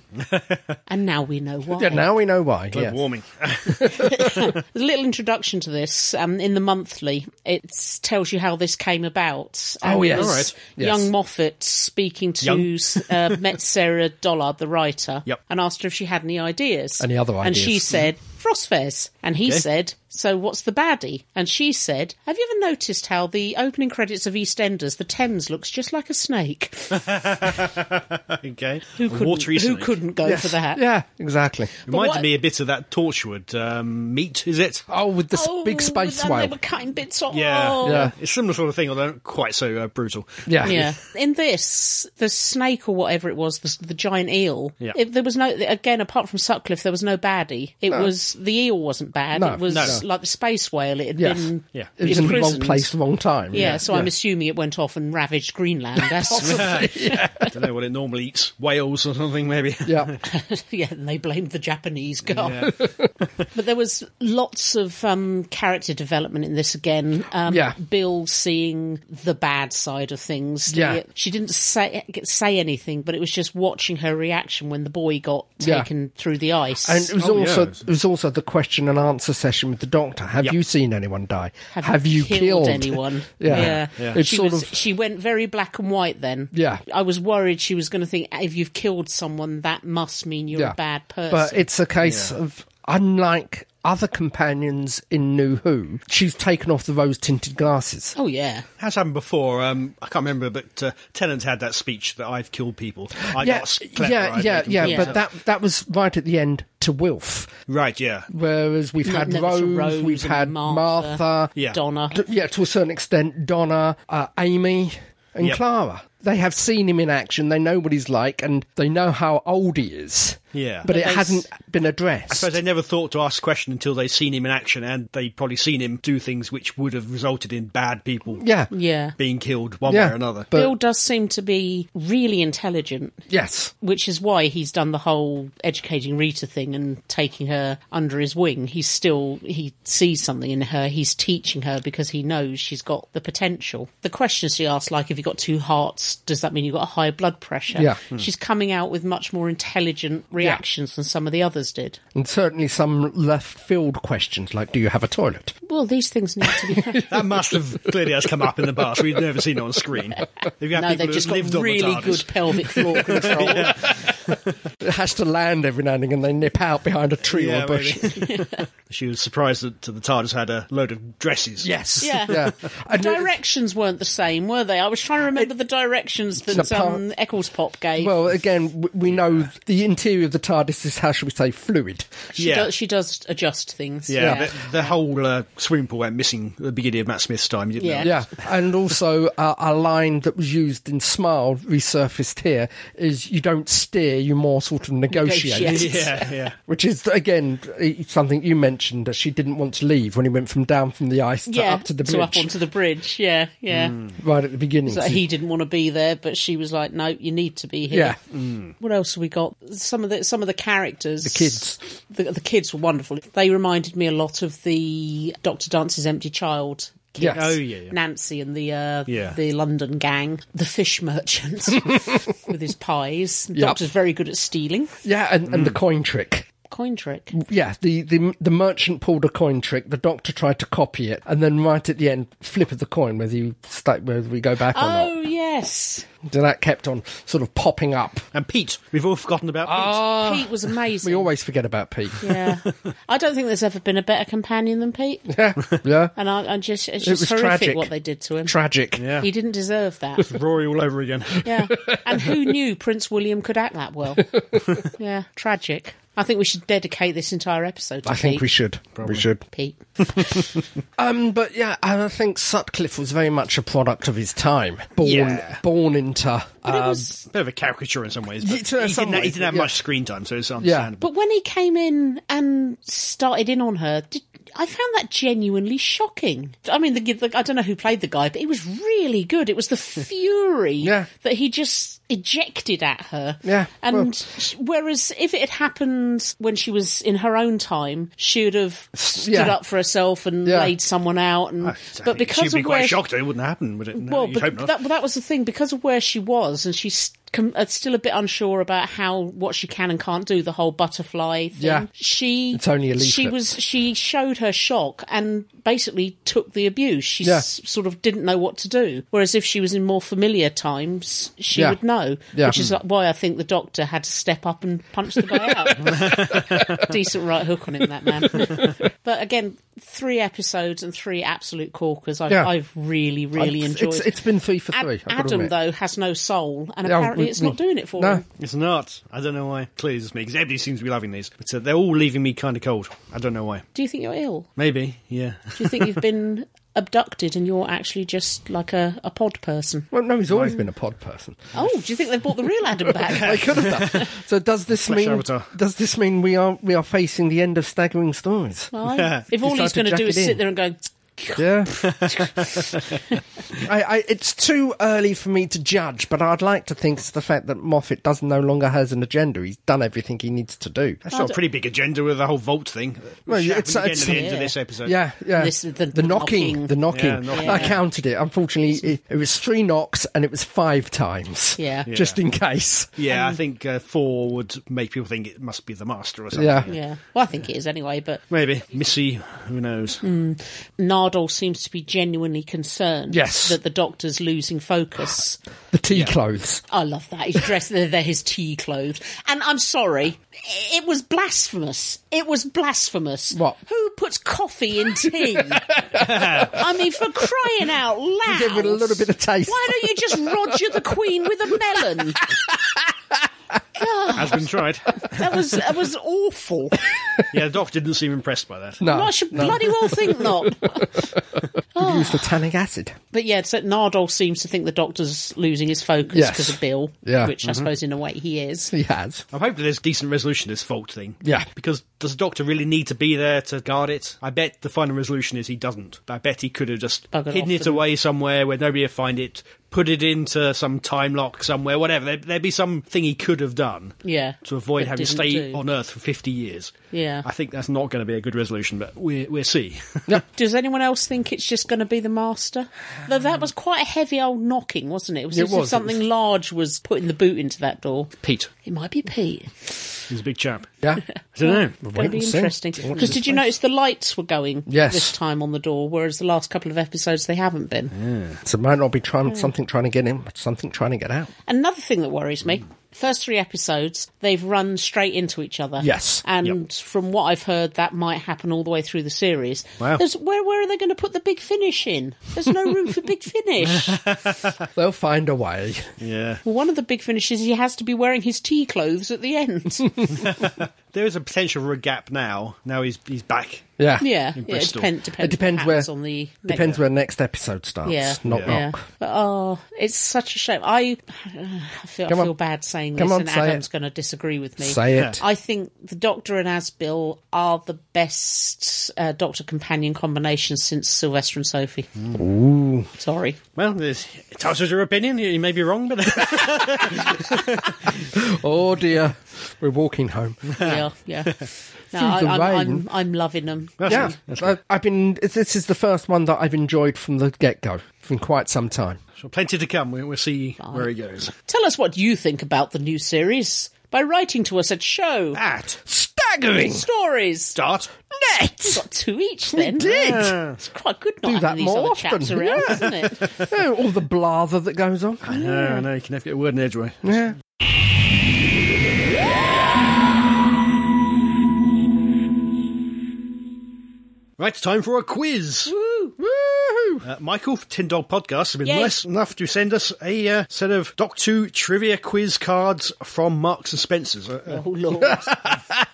and now we know why. there. Yeah, now we know why. Global yeah. warming. A little introduction to this um, in the monthly. It tells you how this came about. Oh, it yes. was All right. Yes. young Moffat speaking to Young. *laughs* uh, met Sarah Dollard, the writer, Yep. and asked her if she had any ideas. Any other And ideas? she said frost fairs, and he said. So what's the baddie? And she said, "Have you ever noticed how the opening credits of EastEnders, the Thames looks just like a snake? okay. Who couldn't, Watery who snake. couldn't go for that? Yeah, exactly. But Reminded what- me a bit of that Torchwood um, meat, is it? Oh, with the s- Oh, big space and They whale. were cutting bits off. Yeah. Yeah. It's similar sort of thing, although not quite so uh, brutal. *laughs* Yeah. Yeah. In this, the snake or whatever it was, the, the giant eel. Yeah. It, there was no again apart from Sutcliffe, there was no baddie. It was the eel wasn't bad. No, it was no. like the space whale. It had Yes. been Yeah. It was in the wrong imprisoned. place, wrong time. Yeah, so I'm assuming it went off and ravaged *laughs* Greenland. That's, *laughs* I don't know what it normally eats. Whales or something, maybe. Yeah. yeah, and they blamed the Japanese guy. *laughs* Yeah. But there was lots of um, character development in this again. Um, Yeah. Bill seeing the bad side of things. The- Yeah. She didn't say say anything, but it was just watching her reaction when the boy got Yeah. taken through the ice. And it was Oh, also yes. it was also the question and answer session with the doctor. Have Yep. you seen anyone die? Have, you killed, anyone? *laughs* Yeah. yeah. Yeah. It's she sort was, of- she went very black and white then. Yeah. I was worried she was going to think if you've killed someone, that must mean you're Yeah. a bad person. But it's a case of unlike other companions in New Who, she's taken off the rose tinted glasses. oh yeah, Has happened before. Um, I can't remember, but uh, Tennant had that speech that I've killed people. I yeah, got clever, yeah, I yeah, made them yeah, Yeah. But that that was right at the end to Wilf. Right, yeah. Whereas we've had no, Rose, it's Rose we've and had Martha. Martha, Yeah. Donna. D- yeah, to a certain extent, Donna, uh, Amy, and Yep. Clara. They have seen him in action. They know what he's like, and they know how old he is. Yeah. but it they s- hasn't been I suppose addressed. they never thought to ask a question until they'd seen him in action, and they'd probably seen him do things which would have resulted in bad people Yeah, Yeah. being killed one yeah. way or another. But Bill does seem to be really intelligent, yes, which is why he's done the whole educating Rita thing and taking her under his wing. He's still, he sees something in her, he's teaching her because he knows she's got the potential. The questions she asks, like, have you got two hearts? Does that mean you've got a high blood pressure? Yeah. Hmm. She's coming out with much more intelligent reactions than some of the others did. and certainly some left field questions like, "Do you have a toilet?" Well, these things need *laughs* to be. that must have clearly has come up in the past. We've never seen it on screen. If you have No, people they've who just lived got on really the TARDIS. good pelvic *laughs* floor control. It has to land every now and again. They nip out behind a tree or Yeah, a bush. maybe. *laughs* she was surprised that the TARDIS had a load of dresses. Yes, Yeah. And it- directions weren't the same, were they? I was trying to remember the directions that It's a par- um, Eccles Pop gave. Well, again, w- we know the interior of the TARDIS is how should we say fluid. she, yeah. does, she does adjust things. Yeah, The, the whole uh, swimming pool went missing at the beginning of Matt Smith's time, didn't Yeah. it? Yeah, and also uh, a line that was used in Smile resurfaced here is you don't steer, you more sort of negotiate. Negotiate. *laughs* Yeah, yeah. Which is again something you mentioned that she didn't want to leave when he went from down from the ice to Yeah, up to the so up bridge onto the bridge. Yeah, yeah. Mm. right at the beginning. So he didn't want to be there, but she was like, "No, you need to be yeah, here." What else have we got? Some of the some of the characters, the kids. the, the kids were wonderful. They reminded me a lot of the Doctor Dance's Empty Child. Kids. Yes. Oh, yeah, yeah. Nancy and the uh, Yeah. the London gang, the fish merchant *laughs* with his pies. Yep. Doctor's very good at stealing. yeah, and, and the coin trick. Coin trick. Yeah, the, the the merchant pulled a coin trick. The doctor tried to copy it, and then right at the end, flip of the coin whether you stay, whether we go back or Oh yes, not. So that kept on sort of popping up. And Pete. We've all forgotten about Pete. Pete was amazing. We always forget about Pete. yeah, I don't think there's ever been a better companion than Pete. *laughs* Yeah, yeah. And I, I just it's It just was horrific tragic. what they did to him. Tragic. Yeah. He didn't deserve that. *laughs* Rory all over again. *laughs* Yeah. And who knew Prince William could act that *laughs* well? Yeah, tragic. I think we should dedicate this entire episode to I think Pete. we should. We should. Pete. Um, but yeah, and I think Sutcliffe was very much a product of his time. Born, Yeah. born into. But, it Uh, was, Bit of a caricature in some ways. But Yeah, he, to some didn't, he ways, didn't have yeah. much screen time, so it's understandable. but when he came in and started in on her, did, I found that genuinely shocking. I mean, the, the, I don't know who played the guy, but he was really good. It was *laughs* the fury Yeah. that he just ejected at her. Yeah, And well- sh- whereas if it had happened when she was in her own time, she would have stood Yeah. up for herself and Yeah. laid someone out. And but because she'd be of quite where shocked it wouldn't happen, would it? No, well, you'd but hope not. that, well, that was the thing because of where she was, and she's com- uh, still a bit unsure about how what she can and can't do. The whole butterfly thing. Yeah. she It's only a she leaflet. was she showed her shock and basically took the abuse. She Yeah. s- sort of didn't know what to do. Whereas if she was in more familiar times, she Yeah. would know. Yeah. Hmm. Which is like why I think the doctor had to step up and punch the guy out. *laughs* Decent right hook on him, that man. but again. Three episodes and three absolute corkers. I've, Yeah. I've really, really It's- enjoyed. it's- it's been three for Ad- three, I've gotta Adam admit. though has no soul, and Yeah, apparently we- it's we- not doing it for no. him. It's not. I don't know why. Clearly, it's me because everybody seems to be loving these, but uh, they're all leaving me kind of cold. I don't know why. Do you think you're ill? Maybe, *laughs* yeah. Do you think you've been *laughs* abducted and you're actually just like a, a pod person? Well, no, he's always been a pod person. Oh, do you think they brought the real Adam I *laughs* back? could *laughs* have done. So does this Flesh mean avatar. does this mean we are we are facing the end of staggering stories? Well, if all Decided he's going to to do jack is it sit in. there and go, *laughs* Yeah. I, I, it's too early for me to judge, but I'd like to think it's the fact that Moffat does no longer has an agenda. He's done everything he needs to do. That's got a pretty big agenda with the whole vault thing. Well, Well, yeah, it's, it's- at it's- the end yeah. of this episode. Yeah, yeah. This is the- the, knocking, knocking. the knocking. Yeah, knocking. I counted it. Unfortunately, it, it was three knocks, and it was five times. Yeah. Yeah. just in case. Yeah, I think uh, four would make people think it must be the master or something. Yeah. yeah. Well, I think it is anyway, but Maybe. Missy, who knows? Mm. Nardole seems to be genuinely concerned Yes. that the doctor's losing focus. The tea clothes. I love that. He's dressed, they're, they're his tea clothes. And I'm sorry, it was blasphemous. It was blasphemous. What? Who puts coffee in *laughs* tea? I mean, for crying out loud. Give it a little bit of taste. Why don't you just Roger the Queen with a melon? Has been *laughs* tried. That was that was awful. yeah, the doctor didn't seem impressed by that. No, I should bloody well think not. Oh. use the *laughs* tannic acid. But yeah, so Nardole seems to think the doctor's losing his focus Yes. because of Bill, Yeah. Mm-hmm. which I suppose in a way he is. He has. I'm hoping there's decent resolution to this fault thing. Yeah. Because does the doctor really need to be there to guard it? I bet the final resolution is he doesn't. I bet he could have just Buggered hidden off it away somewhere where nobody would find it, put it into some time lock somewhere, whatever. There'd, there'd be something he could have done Yeah. to avoid But having to didn't stay do. on Earth for 50 years. Yeah. I think that's not going to be a good resolution, but we, we'll see. *laughs* Does anyone else think it's just going to be the master? Though that was quite a heavy old knocking, wasn't it? It was It as if was, it something was- large was putting the boot into that door. Pete, It might be Pete. he's a big chap. Yeah. I don't know. Going to and be see. interesting. Watch Because this did you notice the lights were going Yes. this time on the door, whereas the last couple of episodes they haven't been. So it might not be Hmm. trying something trying to get in, but something trying to get out. Another thing that worries me. First three episodes, they've run straight into each other. Yes. and Yep. from what I've heard, that might happen all the way through the series. Wow. There's, where where are they going to put the big finish in? There's no room for big finish. They'll find a way. Yeah. Well, one of the big finishes, he has to be wearing his tea clothes at the *laughs* end. There is a potential for a gap now. Now he's he's back. Yeah. yeah, yeah it Bristol. depends. It depends where. perhaps on the depends where next episode starts. Yeah, Knock yeah. knock. But, oh, it's such a shame. I, *sighs* I feel, I Come on. feel bad saying this, Come on, and say Adam's it. going to disagree with me. Say it. I think the Doctor and Asbill are the best uh, Doctor companion combination since Sylvester and Sophie. *laughs* Sorry. Well, there's, it's hard to your opinion. You you may be wrong, but *laughs* Oh dear, we're walking home. yeah, yeah. No, Through I, I'm, the I'm, rain. I'm loving them. yeah, I, I've been. This is the first one that I've enjoyed from the get go, from quite some time. so plenty to come. We, we'll see where he goes. Tell us what you think about the new series by writing to us at show At Staggering stories. start. *laughs* net. Got two each then. did. It's quite good not that having these more other often. chaps around, isn't *laughs* it? Oh, all the blather that goes on. No, no, Ah, you can never get a word in edgeway. Yeah. Right, it's time for a quiz. Uh, Michael, from Tin Dog Podcast, has been Yay. nice enough to send us a uh, set of Doc 2 trivia quiz cards from Marks and Spencer's. Uh, uh, Oh, Lord. *laughs*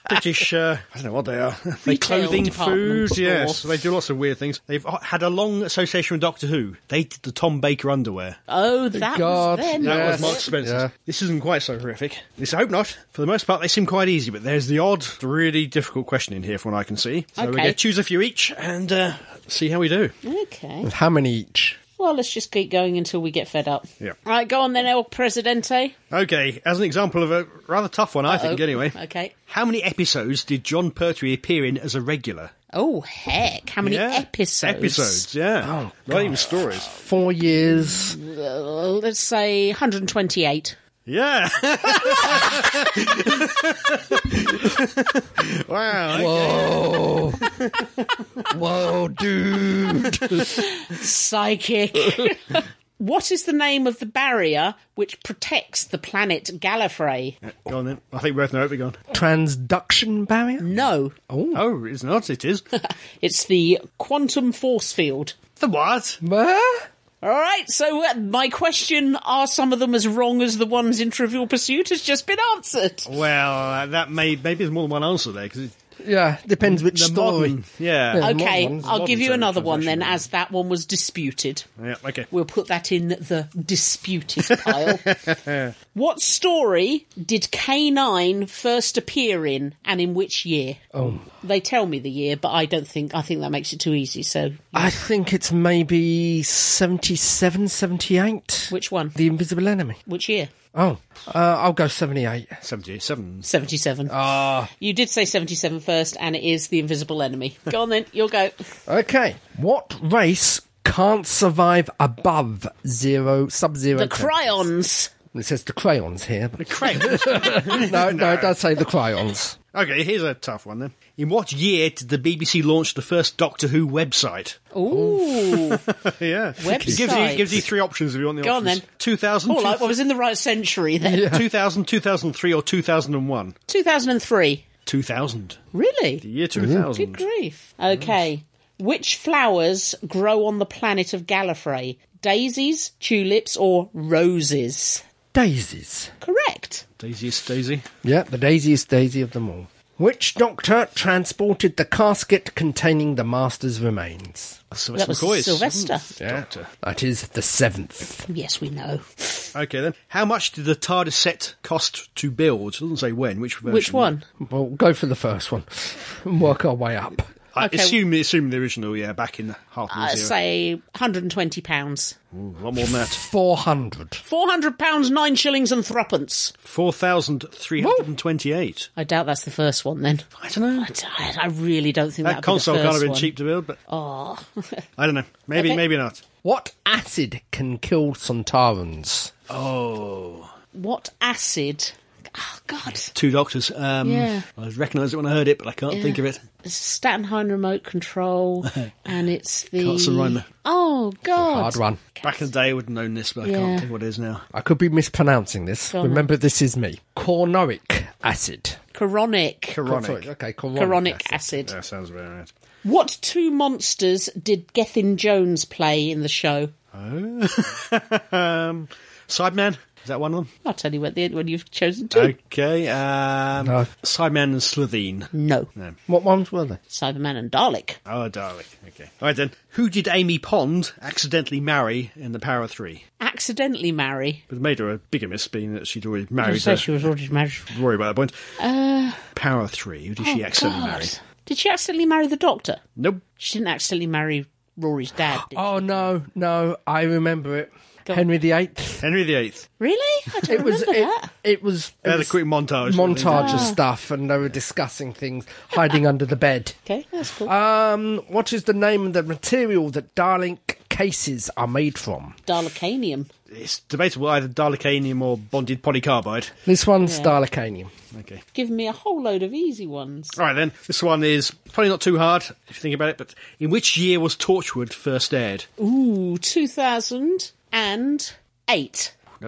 British, uh, I don't know what they are. *laughs* They Retail clothing, department food, store. yes. They do lots of weird things. They've uh, had a long association with Doctor Who. They did the Tom Baker underwear. Oh, that God, was then. That Yes. was Mark Spencer. Yeah. This isn't quite so horrific. This I hope not. For the most part, they seem quite easy, but there's the odd, really difficult question in here, from what I can see. So we're Okay. going to choose a few each and uh, see how we do. Okay. *laughs* How many each? Well, let's just keep going until we get fed up. Yeah. Right, go on then, El Presidente. Okay, as an example of a rather tough one, I think, Oh, anyway. Okay. How many episodes did John Pertwee appear in as a regular? Oh, heck. How many episodes? Episodes, yeah. Oh, Not even stories. Four years. Uh, let's say 128. Yeah. *laughs* wow. Whoa. *laughs* Whoa, dude. Psychic. *laughs* what is the name of the barrier which protects the planet Gallifrey? Go on then. I think we both know it. We're gone. Transduction barrier? No, Oh, it's not. It is. it's the quantum force field. the what? What? All right, so uh, my question are some of them as wrong as the ones in Trivial Pursuit has just been answered. Well, uh, that may maybe there's more than one answer there because Yeah, depends which the story. modern. Yeah. Yeah. Okay, modern- I'll give you modern another one then, translation. as that one was disputed. yeah. Okay. We'll put that in the disputed pile. what story did K9 first appear in and in which year? Oh. They tell me the year, but I don't think, I think that makes it too easy. So, I think it's maybe 77, 78. which one? The Invisible Enemy. Which year? Oh, uh, I'll go 78. Seventy-seven. 77. Ah. You did say 77 first, and it is The Invisible Enemy. Go on then, you'll go. Okay. What race can't survive above zero, sub zero? The temp- Cryons. It says the crayons here. but- Craig. no, no, it does say the crayons. okay. Here's a tough one then. In what year did the BBC launch the first Doctor Who website? *laughs* Ooh. yeah. It gives you, Website. it gives you three options if you want the Go on options. then. Two thousand. All right, well, I *laughs* was in the right century then. 2000, 2003 or 2001? 2003. 2000. Really? Year 2000. Good grief. Okay. Which flowers grow on the planet of Gallifrey? Daisies, tulips, or roses? Daisies. Correct. Daisy is Daisy. Yeah, the daisy is daisy of them all. Which doctor transported the casket containing the master's remains? Sylvester was McCoy. Sylvester. Seventh Mm. Doctor. That is the seventh. Yes, we know. Okay then. How much did the TARDIS set cost to build? It doesn't say when, which version. Which one? Well, go for the first one *laughs* and work our way up. I Okay. Uh, assume, assume the original, yeah, back in the half I zero. say £120. Ooh, a lot more than that. 400. £400, nine shillings and threepence. 4,328. I doubt that's the first one then. I don't know. I, d- I really don't think That that console can't kind have of been cheap to build, but Oh. *laughs* I don't know. Maybe, Okay. maybe not. What acid can kill Santarans? Oh. what acid? Oh, God. Two doctors. Um, Yeah. I recognised it when I heard it, but I can't think of it. Statenheim remote control, and it's the. Can't see rhyme. Oh, God. Hard one. Back in the day, I would have known this, but I Yeah. can't think what it is now. I could be mispronouncing this. on then. Remember, this is me. Cornoic acid. Coronic. Sorry, okay, coronic, Coronic acid. acid. That sounds about right. What two monsters did Gethin Jones play in the show? um, Sideman. Is that one of them? I'll tell you what the when you've chosen two. Okay. Um, No. Sideman and Slovene. no. What ones were they? Cyberman and Dalek. Oh, darling. Okay. All right then. Who did Amy Pond accidentally marry in The Power of Three? Accidentally marry. It made her a bigamist, being that she'd already I married. say So she was already married. Oh, Rory by that point. Uh, Power of Three. Who did she accidentally marry? Did she accidentally marry the Doctor? Nope. She didn't accidentally marry Rory's dad. *gasps* Did Oh, no, no, I remember it. Go on. Henry VIII. Henry VIII. Really? I don't It was, remember it, that. it was, it They had a was quick montage. montage of stuff, and they were discussing things, hiding under the *laughs* bed. Okay, that's cool. Um, what is the name of the material that Darling cases are made from? Dalekanium. It's debatable either Dalekanium or bonded polycarbide. This one's Yeah. Darlicanium. Okay. Give me a whole load of easy ones. All right then. This one is probably not too hard if you think about it. But in which year was Torchwood first aired? Ooh, 2008.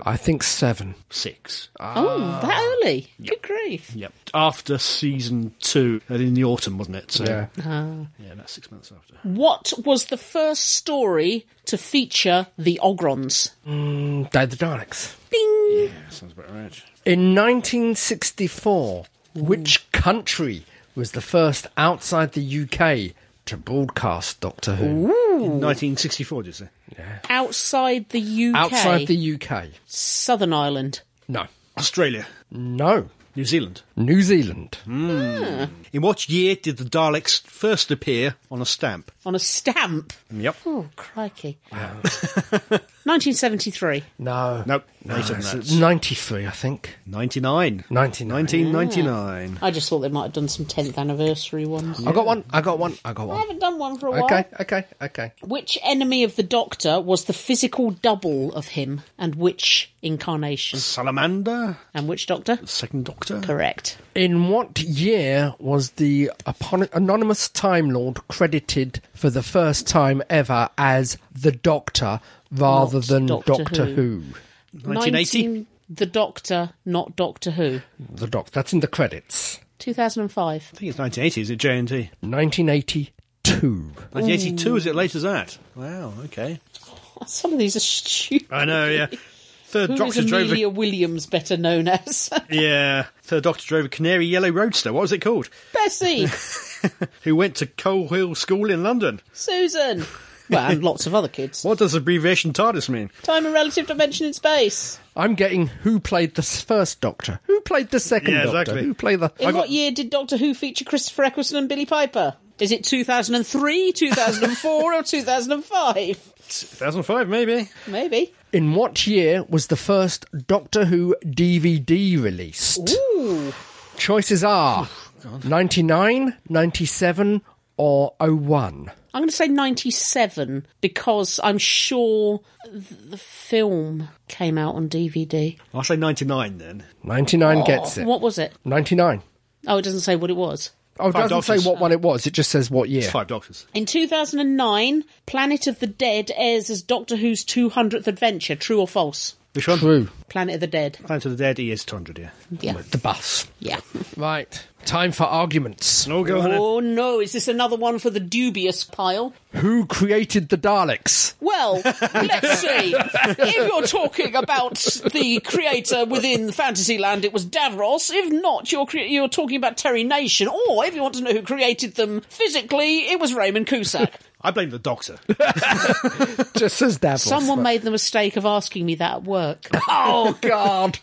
I think seven. Six. Uh, Ah. oh, that early. Good grief. Yep. After season two, and in the autumn, wasn't it? So, Yeah. Hmm. yeah, about six months after. What was the first story to feature the Ogrons? Mm, Day of the Daleks. Bing! Yeah, sounds about right. In 1964, Which country was the first outside the UK to broadcast Doctor Who? 1964, did you say? Outside the UK. Outside the UK. Southern Ireland. No. Australia, No. New Zealand. New Zealand. In what year did the Daleks first appear on a stamp? On a stamp. Yep. Oh, *laughs* crikey. 1973. No. Nope. Later than It's that. 93, I think. 99. 99. 1999. I just thought they might have done some 10th anniversary ones. I got one. I got one. I got I one. haven't done one for a while. Okay, okay, okay. Which enemy of the Doctor was the physical double of him, and which incarnation? Salamander, And which Doctor? second Doctor. Correct. In what year was the upon- anonymous Time Lord credited for the first time ever as the Doctor rather Not than Doctor Doctor, Who. Who? 1980. 19 the Doctor, not Doctor Who. The Doctor. That's in the credits. 2005. I think it's 1980, is it, J&T? 1982. 1982, is it late as that? Wow, okay. Oh, Some of these are stupid. I know, yeah. Third Who is Doctor drove Amelia a, Williams better known as? *laughs* yeah, third Doctor drove a canary yellow roadster. What was it called? *laughs* Bessie, Who went to Coal Hill School in London? Susan. Well, and lots of other kids. What does the abbreviation TARDIS mean? Time and relative dimension in space. I'm getting who played the s- first Doctor? Who played the second Yeah, Doctor? exactly. Who played the. In what year did Doctor Who feature Christopher Eccleston and Billy Piper? Is it 2003, 2004, or 2005? 2005, maybe. Maybe. In what year was the first Doctor Who DVD released? Ooh. Choices are 99, 97, or 01. I'm going to say 97 because I'm sure th- the film came out on DVD. I'll say 99 then. 99 gets it. What was it? 99. Oh, it doesn't say what it was. Oh, it Five doesn't Doctors. say what one it was, it just says what year. It's five Doctors. In 2009, Planet of the Dead airs as Doctor Who's 200th adventure. True or false? Which one? True. Planet of the Dead. Planet of the Dead, E ES 200, yeah. Yeah. The bus. Yeah. Right. Time for arguments. Oh, go on. then. Oh no, is this another one for the dubious pile? Who created the Daleks? Well, let's see. If you're talking about the creator within Fantasyland, it was Davros. If not, you're cre- you're talking about Terry Nation. Or if you want to know who created them physically, it was Raymond Cusack. I blame *laughs* the Doctor. Just says Davos. Someone made the mistake of asking me that at work Oh, God.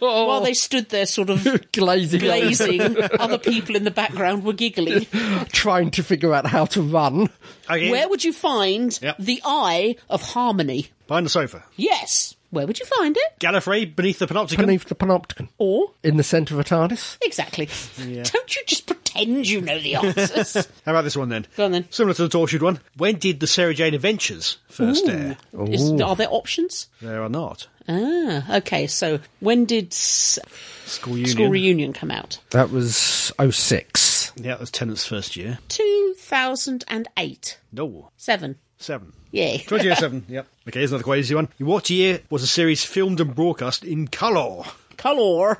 while they stood there, sort of Glazing. glazing. Other people in the background were giggling. Trying to figure out how to run. Okay, Where would you find Yep. the eye of harmony? Behind the sofa. Yes. Where would you find it? Gallifrey beneath the Panopticon. Beneath the panopticon. Or In the centre of a TARDIS. exactly. *laughs* Don't you just pretend you know the answers. How about this one then? Go on then. Similar to the Tortured one. When did the Sarah Jane Adventures first air? Is, are there options? There are not. Ah, okay. So when did s- School Union. School Reunion come out? That was 06. Yeah, that was Tennant's first year. Two thousand and eight, No. seven. Seven. Yay. 2007, yep. Okay, here's another quite easy one. In what year was the series filmed and broadcast in colour? *laughs* Color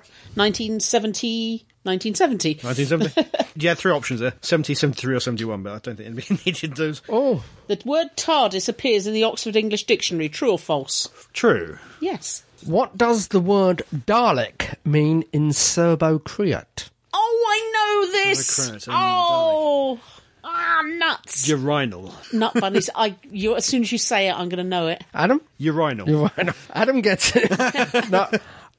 1970, 1970. 1970? you had three options there 70, 73, or 71, but I don't think anybody *laughs* needed those. Oh, The word TARDIS appears in the Oxford English Dictionary. True or false? True. Yes. What does the word Dalek mean in Serbo Croat? Oh, I know this. Democrat and Oh, ah, nuts. Urinal. Nut *laughs* bunnies. I. You. As soon as you say it, I'm going to know it. Adam? *laughs* Urinal. You're right. Adam gets it. *laughs* No,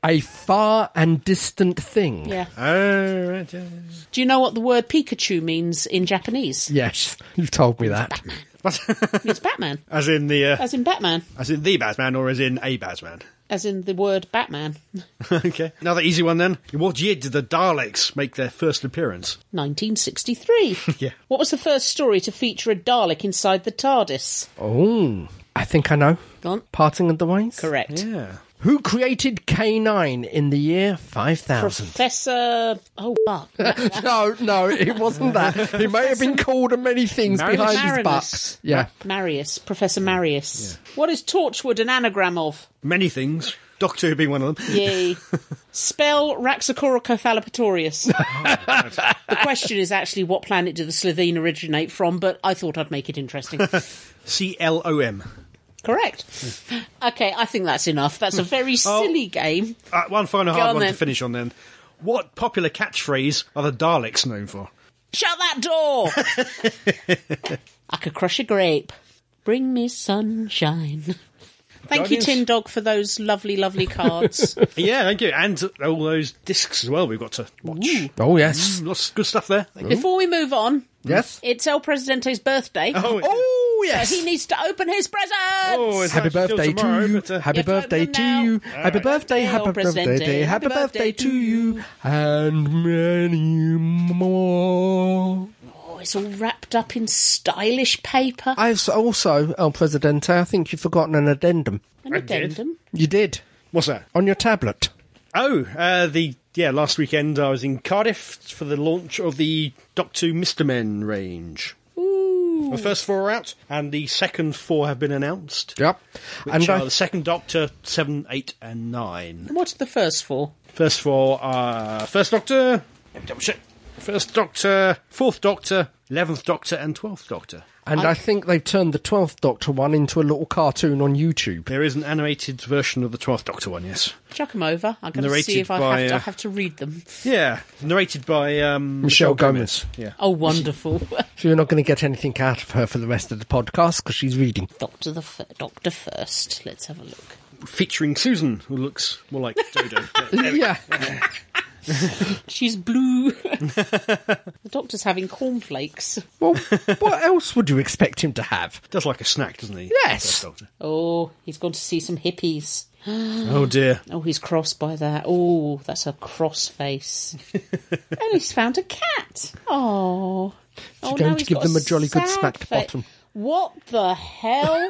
a far and distant thing. Yeah. Oh, right, yeah. *laughs* Do you know what the word Pikachu means in Japanese? Yes, you've told me that. What? It's Batman. as in the, uh, As in Batman. as in the Batman, or as in a Batman? As in the word Batman. *laughs* okay. Another easy one then. In what year did the Daleks make their first appearance? 1963. *laughs* Yeah. What was the first story to feature a Dalek inside the TARDIS? Oh, I think I know. Gone. Parting of the Ways? Correct. Yeah. Who created K9 in the year 5000? Professor. Oh, *laughs* fuck. *laughs* no, no, it wasn't that. He may have been called a many things Marinus? behind his Marinus. back. Yeah. Marius. Professor Marius. What is Torchwood an anagram of? Many things. Doctor Who being one of them. *laughs* Yay. Spell Raxacorocophalopatorius. the question is actually what planet do the Slitheen originate from, but I thought I'd make it *laughs* interesting. C L O M. Correct. Okay, I think that's enough. That's a very silly game. Uh, one final Go hard on one then. to finish on then. What popular catchphrase are the Daleks known for? Shut that door! *laughs* I could crush a grape. Bring me sunshine. Thank Guardians. you, Tin Dog, for those lovely, lovely *laughs* cards. *laughs* Yeah, thank you. And all those discs as well we've got to watch. Oh, Mm. yes. Lots of good stuff there. Thank you. Before we move on, Yes. it's El Presidente's birthday. Oh, Oh, yes. He needs to open his presents! Oh, it's Happy not till birthday tomorrow, to you. but, uh, Happy You have to birthday open to them you. now. Happy birthday, Happy happy birthday, birthday day. Happy birthday to you. And many more. Oh, it's all wrapped up in stylish paper. I've also, El Presidente, I think you've forgotten an addendum. An addendum. You did. What's that? On your tablet. Oh, uh, the yeah. Last weekend I was in Cardiff for the launch of the Doctor Who Mister Men range. Ooh. The first four are out, and the second four have been announced. Yep. Which And are I, the second Doctor, seven, eight, and nine. What's the first four? First four are first Doctor. Let me double check. First Doctor, fourth Doctor, eleventh Doctor, and twelfth Doctor. and I think they've turned the 12th Doctor one into a little cartoon on YouTube. There is an animated version of the twelfth Doctor one. Yes. Chuck 'em over. I'm going to Narrated see if I by, have to, uh, I have to read them. Yeah, narrated by um, Michelle Gomez. Yeah. Oh, *laughs* wonderful. So you're not going to get anything out of her for the rest of the podcast because she's reading. *laughs* Doctor the fir- Doctor first. Let's have a look. featuring Susan, who looks more like *laughs* Dodo. Yeah. She's *laughs* blue. *laughs* the doctor's having cornflakes. well, what else would you expect him to have? Does like a snack, doesn't he? Yes. First Doctor. Oh, he's gone to see some hippies. Oh dear. Oh, he's crossed by that. Oh, that's a cross *laughs* face. and he's found a cat. Oh. oh, going now to he's give got them a jolly good sad smack bottom. What the hell?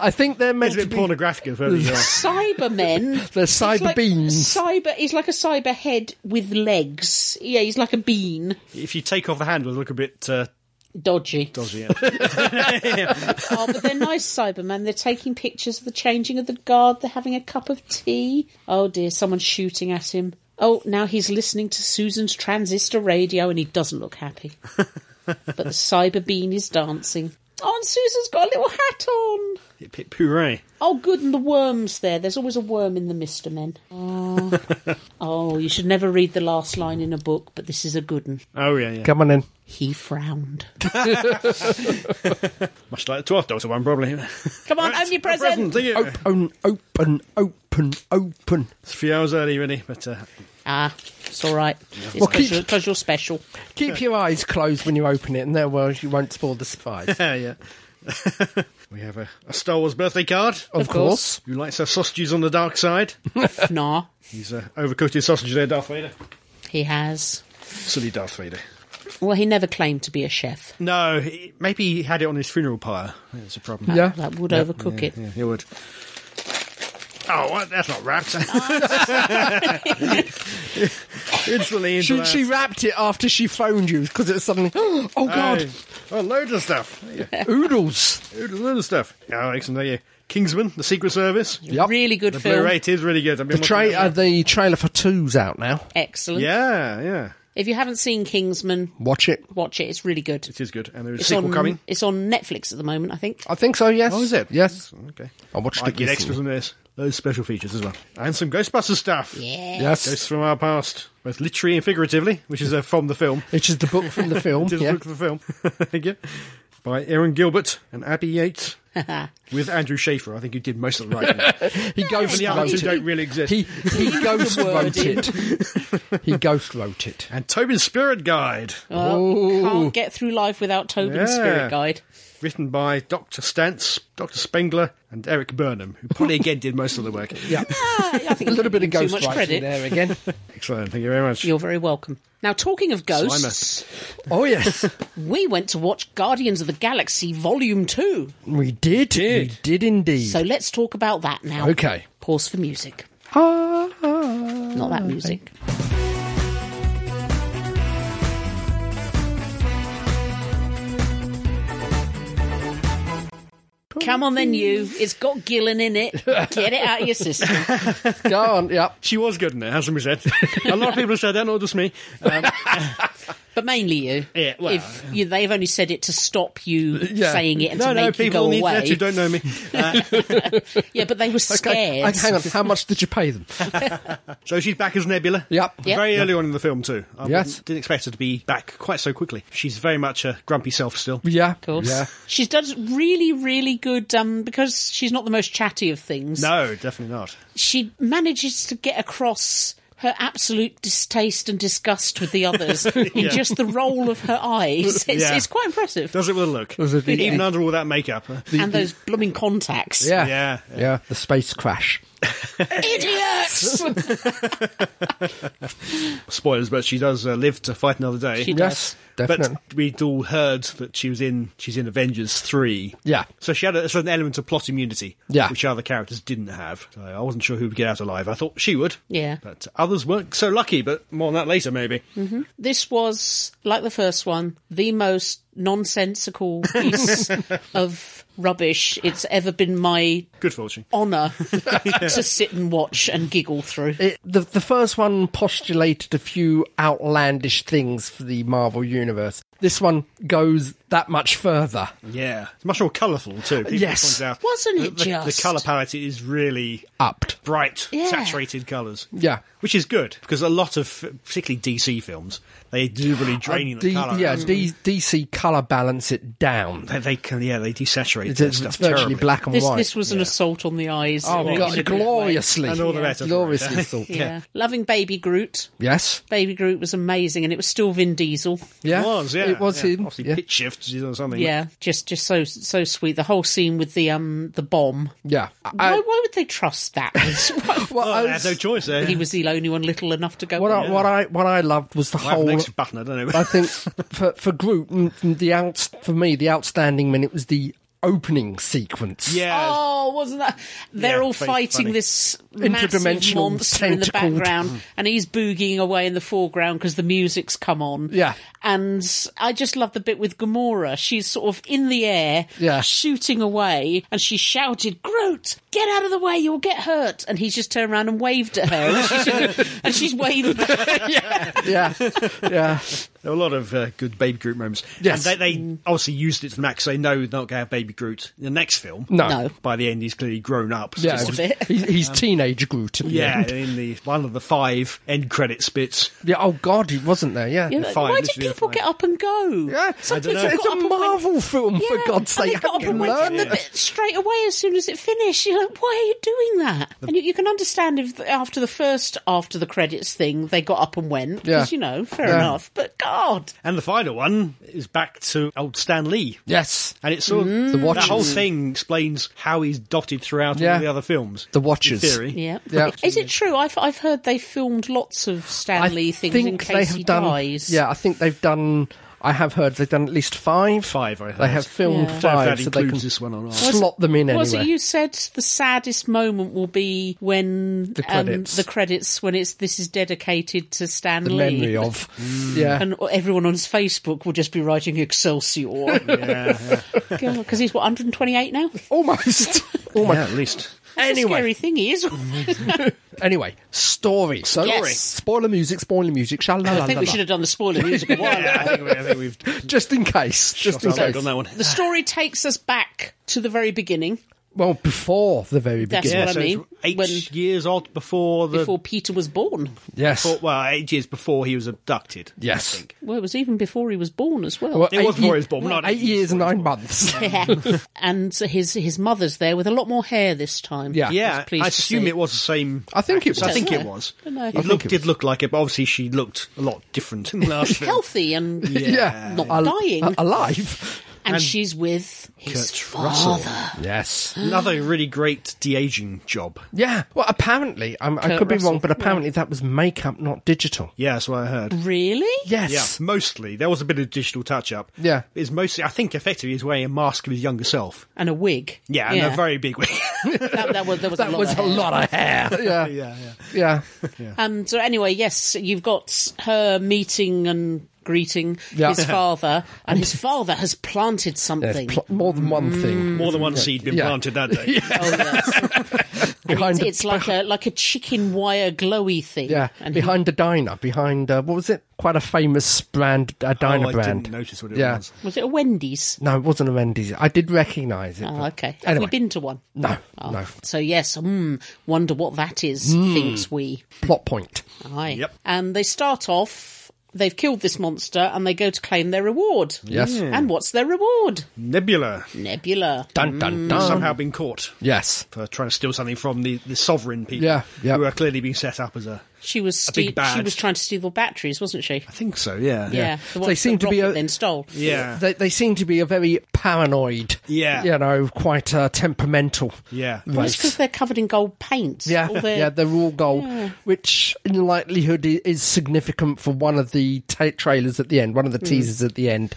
*laughs* I think they're meant It's a to bit be. pornographic if ever *laughs* you are. Cybermen. They're It's cyber like beans. Cyber. He's like a cyber head with legs. Yeah, he's like a bean. If you take off the hand, it'll look a bit uh, *laughs* Dodgy. dodgy. yeah. Oh, but they're nice Cybermen. They're taking pictures of the changing of the guard. They're having a cup of tea. Oh dear, someone's shooting at him. Oh, now he's listening to Susan's transistor radio and he doesn't look happy. but the Cyber Bean is dancing. Oh, and Susan's got a little hat on. Hip, hip, hooray. Oh, good, and the worm's there. There's always a worm in the Mister Men. Oh. oh, you should never read the last line in a book, but this is a good one. Oh yeah, yeah. Come on in. He frowned. Much like the twelfth Doctor one, probably. *laughs* Come on, open your present. Present, thank you. Open, open, open, open. It's a few hours early, really, but uh, *laughs* Ah, it's all right. It's Well, keep- because you're special. Keep your eyes closed when you open it, and there, well, you won't spoil the *laughs* surprise. yeah, yeah. *laughs* we have a, a Star Wars birthday card. Of course. Who likes her sausages on the dark side? Nah, He's uh, overcoated sausage there, Darth Vader. he has. Silly Darth Vader. Well, he never claimed to be a chef. No, he, maybe he had it on his funeral pyre. That's a problem. Yeah. That would overcook it. Yeah, he would. Oh, what? that's not *laughs* wrapped. *laughs* Instantly into She, that. she wrapped it after she phoned you because it's suddenly, *gasps* oh god, Hey. Oh, loads of stuff. Yeah, oodles. Loads loads of stuff. Oh, excellent. There you go. Kingsman, The Secret Service. Yep. Really good The film. Blu-ray it is really good. I've been The, watching tra- that. uh, the trailer for two's out now. Excellent. Yeah, yeah. If you haven't seen Kingsman, Watch it. watch it. It's really good. It is good. And there is a It's sequel on, coming. It's on Netflix at the moment, I think. I think so. Yes. Oh, is it? Yes. Okay. I watched I it. get extras *laughs* recently. on this. Those special features as well. And some Ghostbusters stuff. Yeah. Yes. Ghosts from our past, both literally and figuratively, which is uh, from the film. Which is the book from the film. To *laughs* the yeah. look of the film. *laughs* Thank you. By Aaron Gilbert and Abby Yates. with Andrew Schaefer, I think who did most of the writing. and He ghost the other wrote two it. don't really exist. He *laughs* he ghost wrote it. He ghost wrote it. and Tobin's Spirit Guide, Well, Can't get through life without Tobin's Oh. Yeah. Spirit *laughs* Guide. written by Dr. Stantz, Dr. Spengler, and Eric Burnham, who probably again did most of the work. Yeah. Ah, I think A little bit of too ghost much credit. writing there *laughs* again. Excellent. Thank you very much. You're very welcome. Now, talking of ghosts, Oh yes, we went to watch Guardians of the Galaxy Volume 2. *laughs* we did. We Did. did indeed. So Mm. let's talk about that now. Okay. Pause for music. Ah, ah. Not Mm. that music. Come on, then you. It's got Gillen in it. Get it out of your system. *laughs* Go on. Yep. She was good in it, hasn't we said? a lot of people have said that, not just me. Um, But mainly you. Yeah, well, if you, they've only said it to stop you *laughs* saying it and No, to no, make you go people need away. that who don't know me. Uh, Yeah, but *laughs* they were scared. Okay, okay, hang on. How much did you pay them? so she's back as Nebula. Yep. Yep. Very early on in the film too. I Yes. wouldn't- didn't expect her to be back quite so quickly. She's very much a grumpy self still. *laughs* Yeah. Of course. Yeah. She does really, really good um, because she's not the most chatty of things. No, definitely not. She manages to get across her absolute distaste and disgust with the others in just the roll of her eyes. It's, Yeah. it's quite impressive. Does it with a look? it the- Even under all that makeup. huh? and those blooming contacts. Yeah. Yeah. Yeah. The space crash. Idiots! Spoilers, but she does uh, live to fight another day. She Yes, definitely. But we'd all heard that she was in. She's in Avengers three. Yeah. So she had a, so an element of plot immunity, Yeah. which other characters didn't have. So I wasn't sure who would get out alive. I thought she would. Yeah. Mm. But others weren't so lucky. But more on that later, maybe. this was, like the first one, the most nonsensical piece of rubbish it's ever been my Good fortune. honour to sit and watch and giggle through. It, the the first one postulated a few outlandish things for the Marvel universe. This one goes that much further. Yeah. It's much more colourful too. People Yes. point out Wasn't it the, the- just? the colour palette is really Upped. bright, Yeah. saturated colours. Yeah. Which is good because a lot of, particularly DC films, they do really drain the Uh, D- colour. yeah, D, DC color balance it down. They, they can, yeah, they desaturate It's, their it's stuff virtually terribly. black and This, white. this was an assault on the eyes. oh in a- in a god, good way. gloriously, And all the better. gloriously *laughs* thought. Yeah. Loving Baby Groot. Yes, Baby Groot was amazing, and it was still Vin Diesel. yeah, It was, yeah. it was yeah. him. Obviously, Yeah. pitch shifts or something. Yeah, just just so so sweet. The whole scene with the um the bomb. yeah. Why, I, why would they trust that? *laughs* well, Oh, I they had was- no choice there. he was the only one little enough to go. what, on. I, what I what I loved was the I have an whole extra button, I don't *laughs* know. I think for for Groot, mm, mm, the out for me the outstanding minute was the opening sequence. *laughs* yeah. Oh, wasn't that? They're Yeah, all very fighting funny. this Interdimensional massive monster in the tentacled- background, and he's boogieing away in the foreground because the music's come on. Yeah. and I just love the bit with Gamora. She's sort of in the air, Yeah. shooting away, and she shouted, "Groot, get out of the way! You'll get hurt!" And he's just turned around and waved at her, and she's, and she's waved. back. *laughs* *laughs* yeah, *laughs* yeah. There were a lot of uh, good Baby Groot moments. Yes. And they, they obviously used it to the max. They know they're not going to have Baby Groot in the next film. No, No. By the end, he's clearly grown up. So yeah. it's- Just a bit. He's, *laughs* he's teenage Groot. At the Um, Yeah, end. in the one of the five end credits bits. yeah. Oh God, he wasn't there. Yeah, You know, Fine, why this did is your people fine. get up and go? Yeah, Some it's, people it's got a up and went- Marvel film Yeah, for God's and sake. They got up How and can you went learn from the it? bit straight away as soon as it finished. You're like, why are you doing that? And you, you can understand if after the first after the credits thing they got up and went because Yeah. you know fair Yeah. enough. But God, And the final one is back to old Stan Lee. Yes, And it's sort of Mm. The that whole Watchers. thing explains how he's dotted throughout Yeah. all the other films. The Watchers. In theory. yeah, Yeah. Is it true? I've I've heard they filmed lots of I Stanley things in think case they have he done. dies. Yeah, I think they've done. I have heard they've done at least five. Five, I heard. They have filmed Yeah. Don't I don't know if five, that so they includes can this one or not. slot them in anyway. Was it you said the saddest moment will be when The um, credits. the credits when it's this is dedicated to Stan the Lee. memory of? Mm. Yeah, and everyone on his Facebook will just be writing *laughs* Excelsior. Because he's, what, 128 now? *laughs* almost. Yeah, almost. *laughs* at least. Anyway. Anyway, Scary thing he is. anyway, story. So, Yes. spoiler music. Spoiler music. Shall I think we should have done the spoiler music a while ago. I think, we, I think we've just in case. Just in shot our case. load on that one. The story takes us back to the very beginning, Well, before the very That's beginning. what I so mean, it's eight when- years odd before the before Peter was born. Yes. before- well, eight years before he was abducted. Yes. I think. Well, it was even before he was born as well. Well, It eight was before ye- he was born, but not eight eight years years and nine months. *laughs* *laughs* and his his mother's there with a lot more hair this time. Yeah. Yeah, pleased to I assume see. it was the same. I think it actress. was. I think Don't it know. was. Don't know. I It think looked, it did look like it, but obviously she looked a lot *laughs* different in the last film. Healthy and yeah. Not Al- dying. a- alive. *laughs* and, she's with his Kurt Russell. father. Yes. *laughs* Another really great de aging job. Yeah. Well, apparently, um, I Kurt could be Russell, wrong, but apparently that was makeup, not digital. Yeah, that's what I heard. Really? Yeah, Yes. mostly. There was a bit of digital touch up. Yeah. It's mostly, I think, effectively, he's wearing a mask of his younger self. And a wig. Yeah, and a very big *laughs* wig. that, that was, there was a That lot was of a hair. lot of hair. *laughs* Yeah. yeah, yeah. Yeah. Um, so anyway, yes, you've got her meeting and greeting Yeah. *laughs* his father, and his father has planted There's something. pl- more than one thing. More than one seed *laughs* been Yeah. planted that day. oh, yes. Behind it's, the- it's like a like a chicken wire glowy thing. Yeah, and he- behind the diner, behind uh, what was it? Quite a famous brand, a diner Oh, I brand. didn't notice what it yeah. was. was it a Wendy's? No, it wasn't a Wendy's. I did recognise it. Oh, but- okay. Have Anyway, we been to one? no, no. So yes, mm, wonder what that is. Hmm. Thinks we. Plot point. Aye. Yep. And they start off. They've killed this monster, and they go to claim their reward. Yes. And what's their reward? Nebula Nebula. Dun dun dun. somehow been caught Yes. for trying to steal something from the, the sovereign people Yeah, yeah. who are clearly being set up as a. She was big ste- she bad. was trying to steal the batteries, wasn't she? I think so. Yeah. Yeah. The one They that seem to be Rocket a- then stole. Yeah. They, they seem to be a very paranoid. Yeah. You know, quite uh, temperamental. Yeah. Well, it's because race. they're covered in gold paint. Yeah, All their- yeah, they're all gold, which in likelihood i- is significant for one of the ta trailers at the end, one Hmm. of the teasers at the end.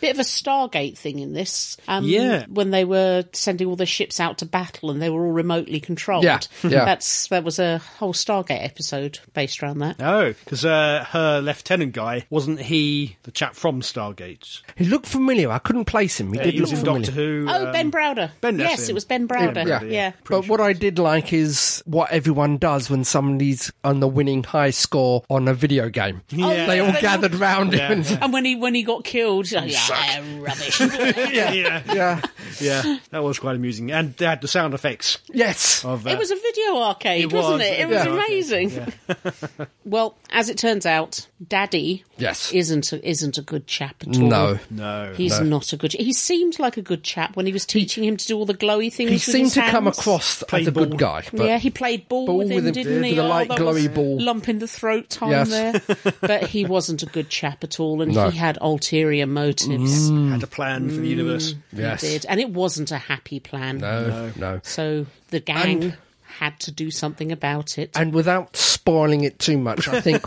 bit of a Stargate thing in this. Um, Yeah. When they were sending all their ships out to battle and they were all remotely controlled. *laughs* Yeah, yeah. That's that was a whole Stargate episode based around that. Oh, because uh, her lieutenant guy wasn't he the chap from Stargate? He looked familiar. I couldn't place him. He Yeah, did he look was in familiar. Doctor Who. Oh, um, Ben Browder. Ben, that's yes, him. it was Ben Browder. Yeah. Yeah. But what I did like is what everyone does when somebody's on the winning high score on a video game. Yeah. They all They all- gathered round him. And, And when he when he got killed, he's like, yeah, rubbish. it yeah, *laughs* yeah, yeah. yeah, that was quite amusing, and they had the sound effects Yes. of uh, was a video arcade, It wasn't was, it? It yeah. was amazing. *laughs* well, as it turns out, Daddy Yes. isn't a, isn't a good chap at all. No. no. He's not a good. He seemed like a good chap when he was teaching him to do all the glowy things. He with seemed his to come hands. across Play as a ball. good guy. But yeah, he played ball, ball with him, with him, didn't he? Oh, with a light that was glowy ball. lump in the throat time Yes. there. *laughs* But he wasn't a good chap at all, and No. Mm, he had ulterior motives. had a plan for the Mm. universe. yes. He did, and it wasn't a happy plan. No, no. So the gang And- had to do something about it. And without spoiling it too much, *laughs* I think.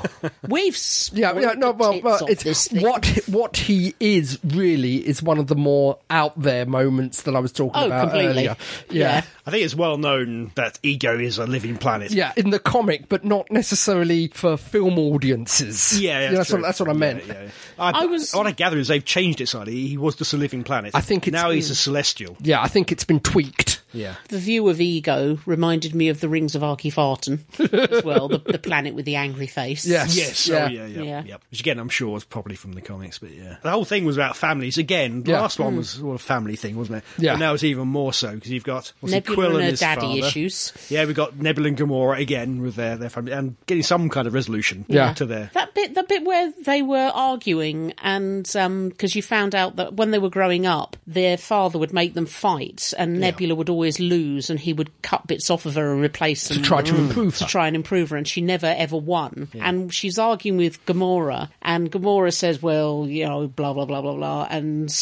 We've Yeah, yeah, no, well, well it's it's what what he is really is one of the more out there moments that I was talking Oh, about completely. earlier. Yeah. Yeah. I think it's well known that ego is a living planet. Yeah, in the comic, but not necessarily for film audiences. Yeah, yeah, that's, true. what, that's what I Yeah, meant. yeah. I, I was- What I gather is they've changed it slightly. He was just a living planet. I think it's- now he's a celestial. Yeah, I think it's been tweaked. Yeah, the view of ego reminded me of the rings of Archifarten as well, the, the planet with the angry face. Yes. *laughs* Yes. Yeah. Oh, yeah, yeah, Yeah. yeah. Which again, I'm sure was probably from the comics, but yeah, the whole thing was about families. Again, the Yeah. last Hmm. one was all a family thing, wasn't it? Yeah. But now it's even more so because you've got what's it, Nebula Quill and and her his daddy father. issues. Yeah, we got Nebula and Gamora again with their their family and getting some kind of resolution. Yeah. To their That bit, the bit where they were arguing, and because you found out that when they were growing up, their father would make them fight, and Nebula would always lose, and he would cut bits off of her and replace them. Try to improve to her. try and improve her, and she never ever won. And she's arguing with Gamora, and Gamora says, "Well, you know, blah blah blah blah blah," and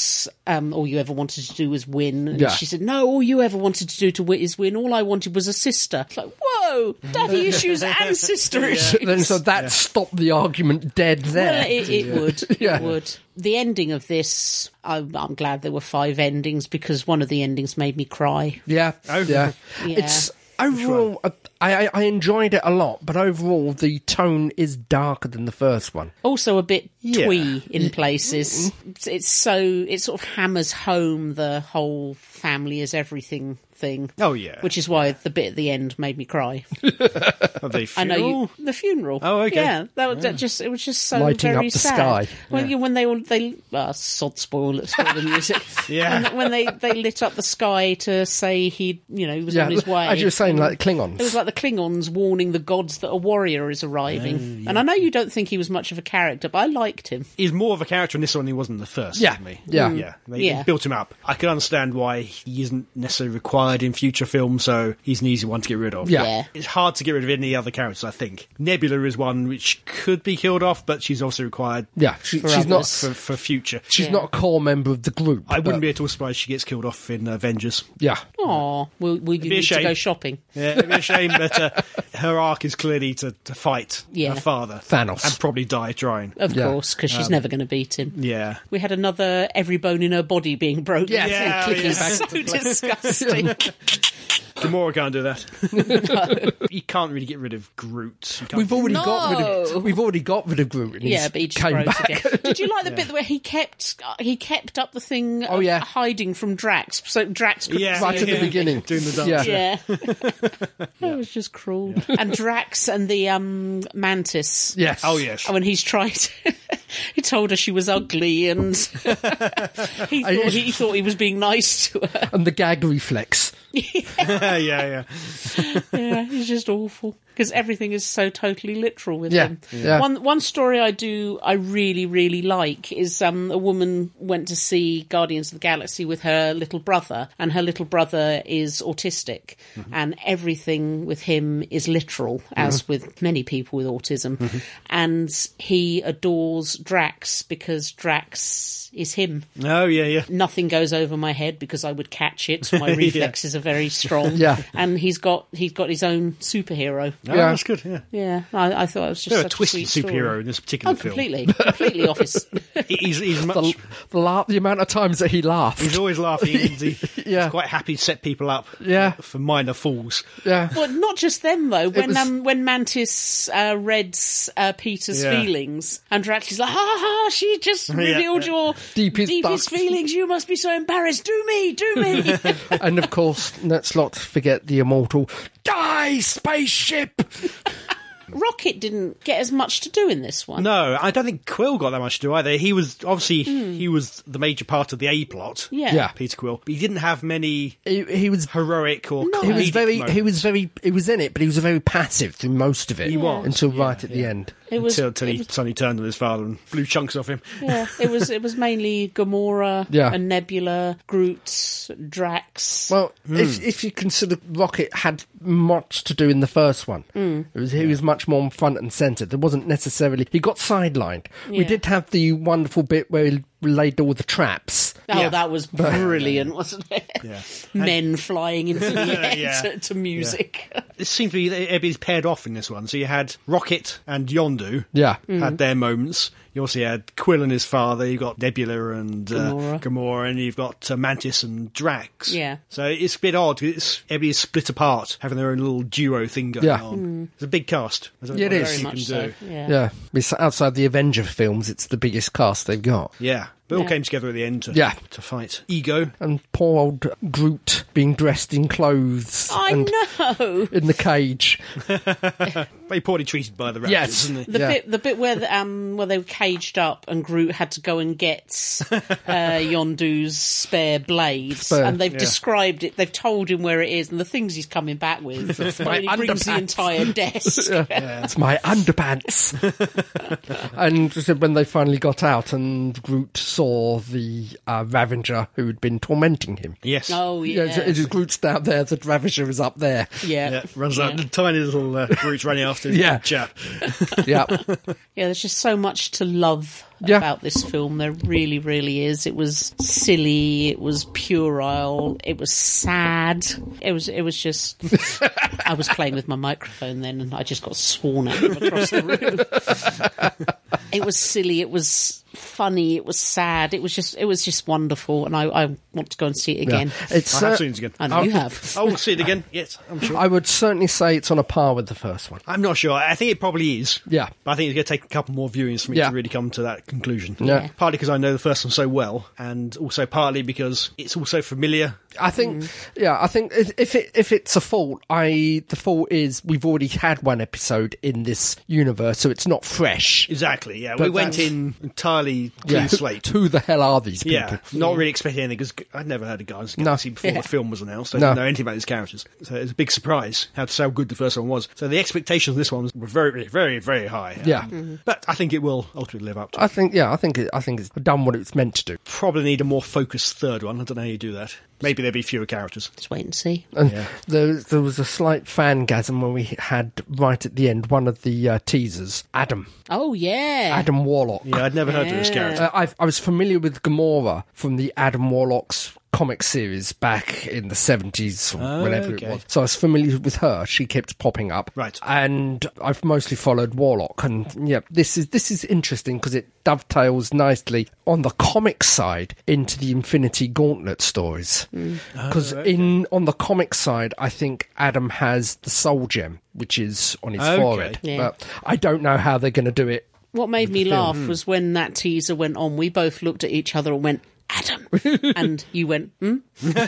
um, all you ever wanted to do was win. And Yeah. she said, "No, all you ever wanted to do to win is win. All I wanted was a sister." It's like, whoa, daddy issues *laughs* and sister issues. Then so that stopped the argument dead there. Well, it, it would. Yeah. It would. The ending of this, I'm, I'm glad there were five endings because one of the endings made me cry. Yeah, yeah. Yeah. It's overall, uh, I, I I enjoyed it a lot, but overall, the tone is darker than the first one. Also, a bit twee in Mm. places. It's so it sort of hammers home the whole family is everything thing. Oh, yeah. which is why the bit at the end made me cry. of their I know funeral. you, the funeral. Oh, okay. Yeah, that, was that just it was just so Lighting very up the sad. sky. When you when they all they uh, sod spoil spoil the *laughs* music. Yeah. When, when they they lit up the sky to say he you know he was Yeah, on his way. as you were saying, like Klingons. It was like the Klingons warning the gods that a warrior is arriving. Oh, And I know you don't think he was much of a character, but I liked him. He's more of a character in this one than he was in the first. Yeah. to me. Yeah. yeah. They Mm. Yeah. built him up. I can understand why he isn't necessarily required in future films, so he's an easy one to get rid of. Yeah. Yeah. It's hard to get rid of any other characters, I think. Nebula is one which could be killed off, but she's also required yeah, she, For she's not others. for, for future. she's Yeah. not a core member of the group. I wouldn't but- be at all surprised she gets killed off in Avengers. Yeah, Aw, will, will you be a need to shame. go shopping? *laughs* Yeah, it'd be a shame, but uh, her arc is clearly to, to fight Yeah. her father, Thanos. and probably die trying. Of course, Yeah. Um, 'cause course, because she's never going to beat him. Yeah. We had another *laughs* every bone in her body being broken. *laughs* Yes. Yeah, It was yeah. so disgusting. Gamora can't do that. *laughs* you can't really get rid of Groot. You can't We've already got rid No. of we've already got rid of Groot. *laughs* And Yeah, he's but he just came grows back. again. Did you like the bit where he kept he kept up the thing? Oh, of yeah. hiding from Drax, so Drax could Yeah. right at the beginning. Doing the dance. *laughs* Yeah. Yeah, *laughs* that was just cruel. And Drax and the um mantis. *laughs* Yes. Oh yes. when he's tried. *laughs* he told her she was ugly, and *laughs* he, thought, he thought he was being nice to her. And the gag reflex. *laughs* yeah, yeah. Yeah, he's just awful because everything is so totally literal with Yeah, him. yeah. One one story I do I really really like is um, a woman went to see Guardians of the Galaxy with her little brother, and her little brother is autistic, Mm-hmm. and everything with him is literal, as with many people with autism, Mm-hmm. and he adores Drax because Drax is him Oh yeah, yeah. nothing goes over my head because I would catch it. *laughs* My reflexes are very strong. Yeah. and he's got he's got his own superhero. No, Yeah. Oh, that's good. Yeah. Yeah, I, I thought it was just They're a such twisted sweet story. superhero in this particular Oh, film. completely, completely off *laughs* his. He's, he's The, much. the, la- the amount of times that he He's laughed. *laughs* always laughing. He's, Yeah. he's quite happy to set people up. Yeah. For minor fools. Yeah. Well, not just them though. When was- um, when Mantis uh, reads uh, Peter's Yeah. feelings, and Drax is like, "Ha ha! ha, She *laughs* just revealed your Deepest, deepest *laughs* darkest- feelings. You must be so embarrassed. Do me, do me." *laughs* and of course, let's not forget the immortal Die Spaceship! Rocket didn't get as much to do in this one. No, I don't think Quill got that much to do either. He was obviously he was the major part of the A plot. Yeah. Hmm. Yeah. Peter Quill. But he didn't have many He, he was heroic or he was comedic very moments. he was very he was in it, but he was very passive through most of it. He was. until right at the end. It was until, until he suddenly turned on his father and blew chunks off him. Yeah, it was it was mainly Gamora Yeah. and Nebula, Groot, Drax. Well, if if you consider Rocket had much to do in the first one, Hmm. it was he was much more front and centre. There wasn't necessarily he got sidelined. We Yeah. did have the wonderful bit where he laid all the traps. oh, yeah. that was brilliant, wasn't it? *laughs* Yeah. Men flying into the air *laughs* Yeah. to, to music. *laughs* It seemed to be everybody's paired off in this one. So you had Rocket and Yondu. Yeah. Hmm. Mm-hmm. Had their moments. You also had Quill and his father. You've got Nebula and uh, Gamora. Gamora. and you've got uh, Mantis and Drax. Yeah. So it's a bit odd. 'cause It's everybody's split apart, having their own little duo thing going Yeah. on. It's a big cast. There's Yeah, it not is. much Mm. Very you much so. can do. Yeah. Yeah, Bes- outside the Avenger films, it's the biggest cast they've got. Yeah, but it all Yeah. came together at the end to, Yeah. to fight ego. And poor old Groot being dressed in clothes I and know. in the cage. Very poorly treated by the Raptors, Yes. isn't he? The Yeah. bit, the bit where the, um where they were caged up and Groot had to go and *laughs* get uh, Yondu's spare blade, Spare, and they've described it. They've told him where it is and the things he's coming back *laughs* with. my and he brings the underpants. entire *laughs* desk. It's my underpants. and so when they finally got out, and Groot saw the uh, Ravager who'd been tormenting him. Yes. Oh Yeah, it is Groot's down there. The Ravager is up there. Yeah. Yeah, runs out the tiny little uh, brutes running after *laughs* the Yeah. chap. *laughs* Yeah, Yeah, there's just so much to love Yeah. about this film. There really, really is. It was silly. It was puerile. It was sad. It was. It was just. I was playing with my microphone then, and I just got sworn at from across the room. it was silly. It was funny. It was sad. It was just. It was just wonderful, and I, I want to go and see it again. it's. I cer- have seen it again. I know you have. I will see it again. Yes, I'm sure. I would certainly say it's on a par with the first one. I'm not sure. I think it probably is. Yeah. But I think it's going to take a couple more viewings for me Yeah. to really come to that conclusion. Yeah. Partly because I know the first one so well, and also partly because it's all so familiar. I think, Mm. yeah, I think if if it, if it's a fault, I the fault is we've already had one episode in this universe, so it's not fresh. Exactly, yeah. we But went that's- in entirely clean Yeah. slate. Who the hell are these *laughs* people? Yeah, not really expecting anything because I'd never heard of Guardians of the Galaxy before Yeah. the film was announced. I No. didn't know anything about these characters, so it was a big surprise how how good the first one was. So the expectations of this one were very, very, very high. Um, Yeah. but I think it will ultimately live up to. I think, yeah, I think it, I think it's done what it's meant to do. probably need a more focused third one. I don't know how you do that. Maybe there'll be fewer characters. Let's wait and see. And there, there was a slight fangasm when we had right at the end one of the uh, teasers, Adam, Oh yeah. Adam Warlock. Yeah, I'd never heard of this Yeah. character. Uh, I, I was familiar with Gamora from the Adam Warlock's comic series back in the 70s or Oh, whenever okay. it was. So I was familiar with her. She kept popping up. Right. And I've mostly followed Warlock and yeah, this is this is interesting because it dovetails nicely on the comic side into the Infinity Gauntlet stories. Oh, Cuz in on the comic side, I think Adam has the soul gem which is on his Okay. forehead. Yeah. But I don't know how they're going to do it What made me laugh hmm. was when that teaser went on, we both looked at each other and went, *laughs* Adam. and you went, hmm? Yeah,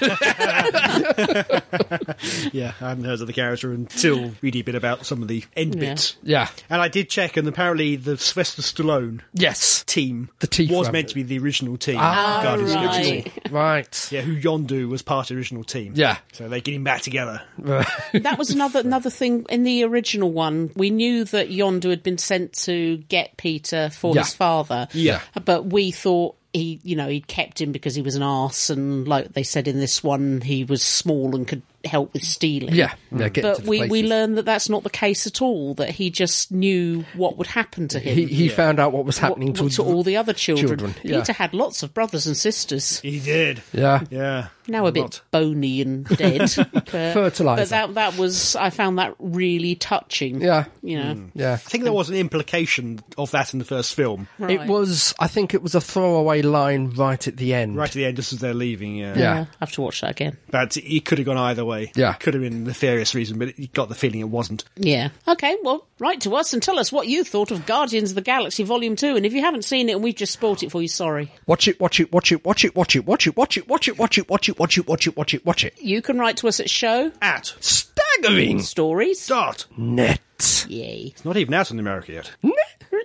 I hadn't heard of the character until reading a bit about some of the end bits. Yeah. And I did check, and apparently the Sylvester Stallone Yes. team The teeth was one. meant to be the original team. Ah, of Guardians of the Galaxy. right. Right. Yeah, who Yondu was part of the original team. Yeah. So they're getting back together. That was another another thing in the original one. We knew that Yondu had been sent to get Peter for Yeah. his father. Yeah. But we thought he, you know, he'd kept him because he was an arse and like they said in this one, he was small and could help with stealing. Yeah. yeah get But to the we, we places. learned that that's not the case at all, that he just knew what would happen to him. he, he found out what was happening what- to, to all the other children. children, yeah. Peter had lots of brothers and sisters. He did. yeah Yeah. Now a bit Not- bony and *laughs* dead. but, Fertilizer. But that, that was, I found that really touching. yeah Mm. You know, yeah I think there was an implication of that in the first film. Right. it was i think it was a throwaway line right at the end Right at the end, just as they're leaving, yeah. Yeah. Yeah, I have to watch that again. But it could have gone either way. Yeah. It could have been a nefarious reason, but you got the feeling it wasn't. Yeah. Okay, well, write to us and tell us what you thought of Guardians of the Galaxy Volume 2. And if you haven't seen it and we've just spoiled it for you, sorry. watch it watch it watch it watch it watch it watch it watch it watch it watch it watch it watch it watch it watch it watch it You can write to us at show At staggering stories. start. net Yay. Not even out in America yet.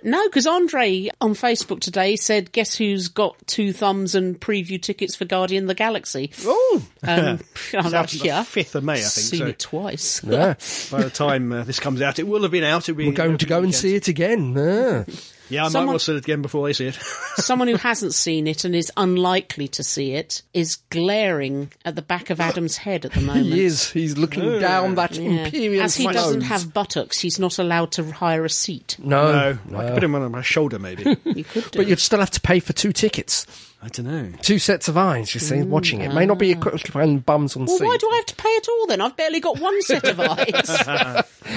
No, because Andre on Facebook today said, guess who's got two thumbs and preview tickets for Guardian of the Galaxy? oh Um, I was It's out like, on the yeah, 5th of May, I think. seen so it twice. yeah by the time uh, this comes out, it will have been out. It'll be we're going to go and see it again Ah. yeah. Yeah, I might Someone- well see it again before they see it. *laughs* Someone who hasn't seen it and is unlikely to see it is glaring at the back of Adam's head at the moment. he is he's looking down that Yeah. imperial As he throne. doesn't have buttocks, he's not allowed to hire a seat. no, no, I could put him on my shoulder, maybe. You could do. but you'd still have to pay for two tickets I don't know. two sets of eyes you see watching it may not be equipped and bums on well, seats why do I have to pay at all then? I've barely got one set of eyes.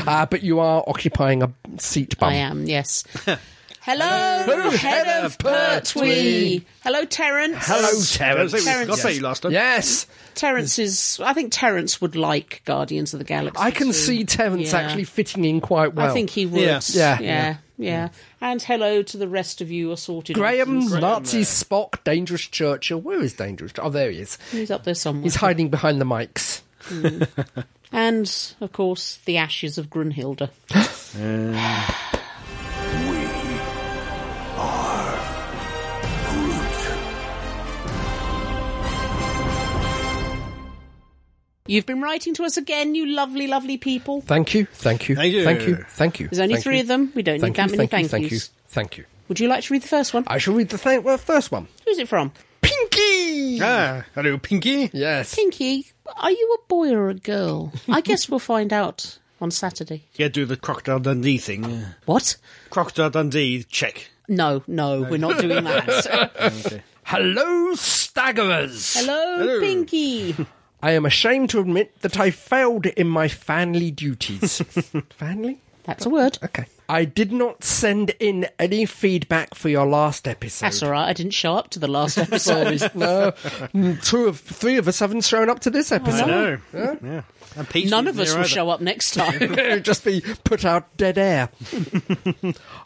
Uh, but you are occupying a seat bum. I am, yes. Hello, head of Pertwee. Pertwee. Hello, Terence. Terence. Oh, I got Terence. say last time. Yes, Terence is. I think Terence would like Guardians of the Galaxy. I can too. see Terence Yeah. actually fitting in quite well. I think he would. Yeah. Yeah. Yeah. Yeah. And hello to the rest of you assorted. Graham, nonsense. Nazi Spock, Dangerous Churchill. Where is Dangerous? Oh, there he is. He's up there somewhere. He's hiding behind the mics. and, of course, the ashes of *laughs* Grunhilde. Um, You've been writing to us again, you lovely, lovely people. Thank you, thank you, Thank you. thank you, thank you. There's only thank three you. of them. We don't Thank need that you, many thank you, thank, thank you, yous. thank you. Would you like to read the first one? I shall read the th- well, first one. Who's it from? Pinky. Ah, hello, Pinky. Yes. Pinky, are you a boy or a girl? I guess we'll find out on Saturday. Yeah, do the Crocodile Dundee thing. What? Crocodile Dundee, check. No, no, we're not doing *laughs* that. Hello, staggerers. Hello, Pinky. I am ashamed to admit that I failed in my family duties. family. That's a word. Okay. I did not send in any feedback for your last episode. That's all right. I didn't show up to the last episode. no, Mm, two of three of us haven't shown up to this *laughs* I episode. know. Yeah. And Pete's None not of us there will either. show up next *laughs* time. It'll just be put out dead air.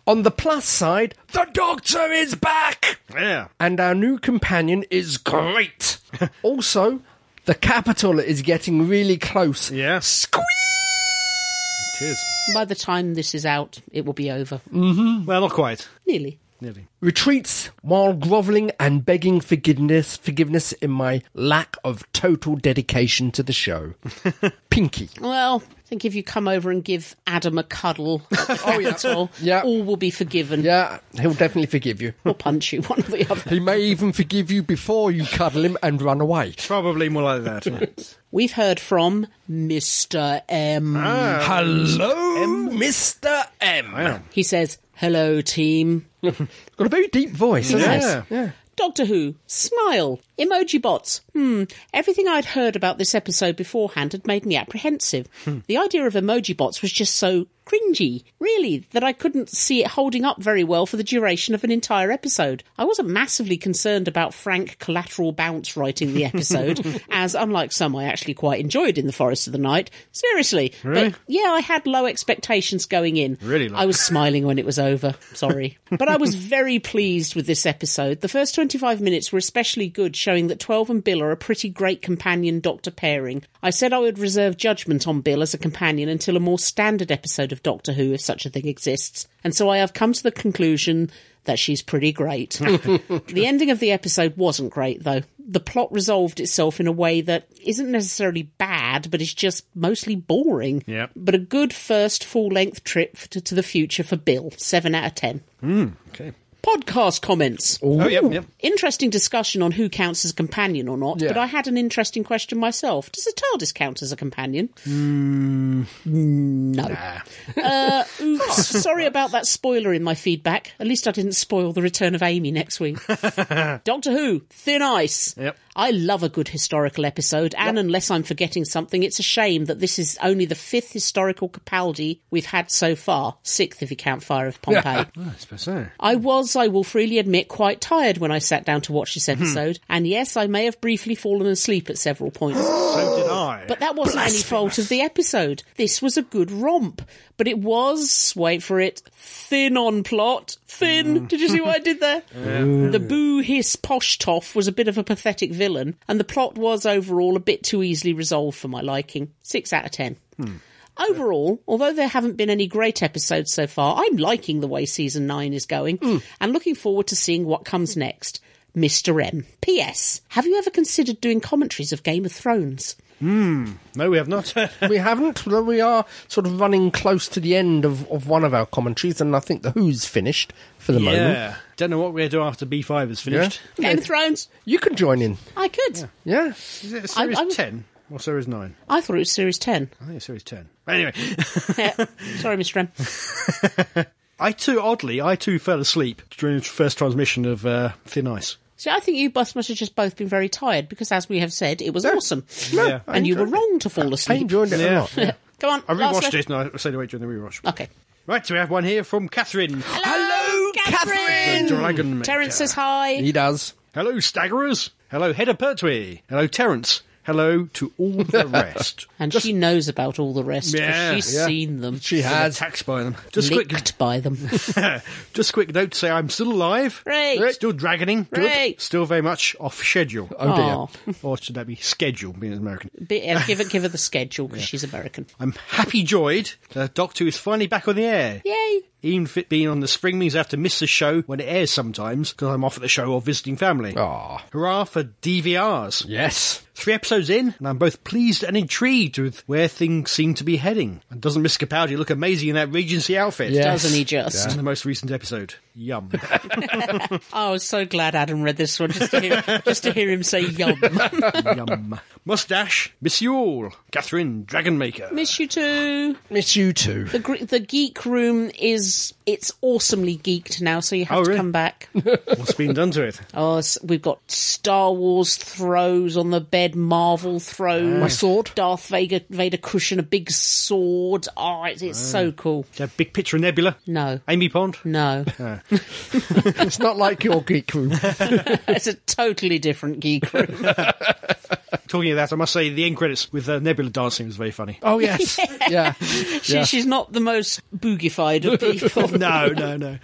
On the plus side, the doctor is back, Yeah. and our new companion is great. also, the capital is getting really close. Yeah. Squeak! It is. By the time this is out, it will be over. Well, not quite. Nearly. Nearly. Retreats while grovelling and begging forgiveness, forgiveness in my lack of total dedication to the *laughs* show. Pinky. Well, I think if you come over and give Adam a cuddle, *laughs* oh, yeah. Yeah. yeah. all will be forgiven. Yeah, he'll definitely forgive you. Or punch you, one or the other. He may even forgive you before you cuddle him and run away. Probably more like that. We've heard from Mr. M. Hello, Mr. M. I am. He says, Hello, team. Got a very deep voice, hasn't Yes. it? Yeah. Doctor Who, smile, emoji bots. Hmm, everything I'd heard about this episode beforehand had made me apprehensive. Hmm. The idea of emoji bots was just so cringy, really, that I couldn't see it holding up very well for the duration of an entire episode. I wasn't massively concerned about Frank Collateral Bounce writing the *laughs* episode, as unlike some I actually quite enjoyed in The Forest of the Night. Seriously. Really? But yeah, I had low expectations going in. Really low. I was smiling when it was over. Sorry. but I was very pleased with this episode. The first 25 minutes were especially good, showing that 12 and Bill are a pretty great companion doctor pairing. I said I would reserve judgment on Bill as a companion until a more standard episode of Doctor Who, if such a thing exists. And so I have come to the conclusion that she's pretty great. *laughs* the ending of the episode wasn't great, though. The plot resolved itself in a way that isn't necessarily bad, but is just mostly boring. Yep. But a good first full length trip to, to the future for Bill. 7 out of 10. Hmm, Okay. Podcast comments. Oh, yep, yep. Interesting discussion on who counts as a companion or not, Yeah. but I had an interesting question myself. Does a TARDIS count as a companion? Hmm, No. uh, oops, sorry about that spoiler in my feedback. At least I didn't spoil the return of Amy next week. Doctor Who, Thin Ice. Yep. I love a good historical episode, and unless I'm forgetting something, it's a shame that this is only the fifth historical Capaldi we've had so far. Sixth if you count Fire of Pompeii. *laughs* I suppose so. I was, I will freely admit, quite tired when I sat down to watch Hmm. this episode, and yes, I may have briefly fallen asleep at several *gasps* points. *gasps* So did I. But that wasn't any fault of the episode. This was a good romp, but it was, wait for it, thin on plot. Thin. Did you see what I did there? The boo hiss posh toff was a bit of a pathetic villain, and the plot was overall a bit too easily resolved for my liking. Six out of ten. Overall, although there haven't been any great episodes so far, I'm liking the way season 9 is going and looking forward to seeing what comes next. Mr. M. P.S. Have you ever considered doing commentaries of Game of Thrones? no, we have not. *laughs* we haven't, though we are sort of running close to the end of, of one of our commentaries, and I think the Who's finished for the moment. yeah. Don't know what we're doing after B5 is finished. Game of Thrones? You could join in. I could. Yeah. Is it series I was- 10 or series 9? I thought it was Series 10. I think it's series 10. But anyway, *laughs* Eh, Sorry, Mr. M. I too, oddly, I too fell asleep during the first transmission of uh, Thin Ice. See, I think you both must have just both been very tired because, as we have said, it was awesome. Yeah. And you were wrong to fall I asleep. enjoyed it a Yeah. lot. Come on. I last rewatched one. it and I stayed awake during the rewatch. Okay. Right, so we have one here from Catherine. Hello, Catherine! Dragon Maker. Terence says hi. He does. Hello, staggerers. Hello, Hedda Pertwee. Hello, Terence. Hello to all *laughs* the rest. And she knows about all the rest 'cause Yeah, she's yeah. seen them. She has. Attacked by them. Just quick, licked by them. just quick note to say I'm still alive. Great. Still dragoning. Good. Great. Still very much off schedule. Oh, Aw. or should that be schedule, being American? Bit- uh, give her give her the schedule because she's American. I'm happy joyed that Doctor Who is finally back on the air. Yay! Even if it being on the spring means I have to miss the show when it airs sometimes because I'm off at the show or visiting family. Aw. Hurrah for DVRs. Yes. Three episodes in, and I'm both pleased and intrigued with where things seem to be heading. And doesn't Miss Capaldi look amazing in that Regency outfit? Yeah. Doesn't he just? Oh, In the most recent episode. Yum. I was so glad Adam read this one just to hear, just to hear him say yum. Yum. *laughs* Mustache, miss you all. Catherine, Dragonmaker. Miss you too. Miss you too. The, gr- the geek room is it's awesomely geeked now, so you have Oh, to really? come *laughs* back. What's been done to it? Oh, s- we've got Star Wars throws on the bed, Marvel throws, My sword. Darth Vader, Vader cushion, a big sword. Oh, it's, it's so cool. That big picture of Nebula? No, Amy Pond? no, *laughs* It's not like your geek *laughs* room. it's a totally different geek room. Talking of that, I must say the end credits with uh, Nebula dancing was very funny. Oh, yes. *laughs* yeah. She, She's not the most boogified of *laughs* *laughs* people. *laughs* No, no, no.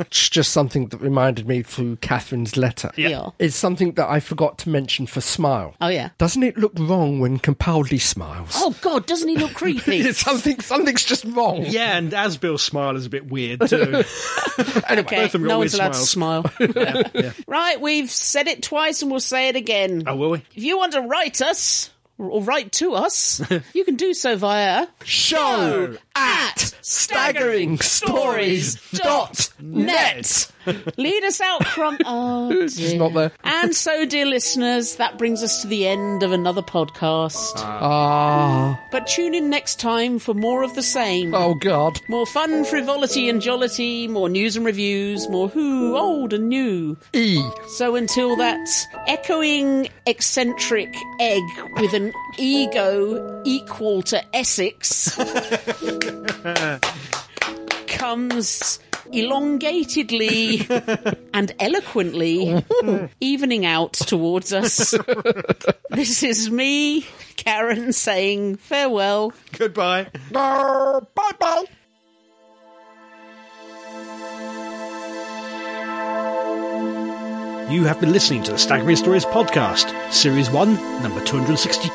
It's just something that reminded me through Catherine's letter. Yeah. Yeah. It's something that I forgot to mention for smile. Oh yeah. Doesn't it look wrong when Compaldly smiles? Oh God, doesn't he look creepy? *laughs* It's something, something's just wrong. Yeah, and as Bill's smile is a bit *laughs* weird too. Okay, of them got no weird one's allowed to smile. Right, we've said it twice and we'll say it again. oh, will we? If you want to write us, or write to us, you can do so via Show at staggeringstories.net. *laughs* Lead us out from. Oh, dear. not there. And so, dear listeners, that brings us to the end of another podcast. Ah. But tune in next time for more of the same. Oh, God. More fun, frivolity, and jollity, more news and reviews, more who, old and new. E. So until that echoing eccentric egg with an ego equal to Essex comes elongatedly and eloquently evening out towards us. this is me, Karen, saying farewell. Goodbye. Bye bye. You have been listening to the Staggering Stories podcast, Series 1, number 262,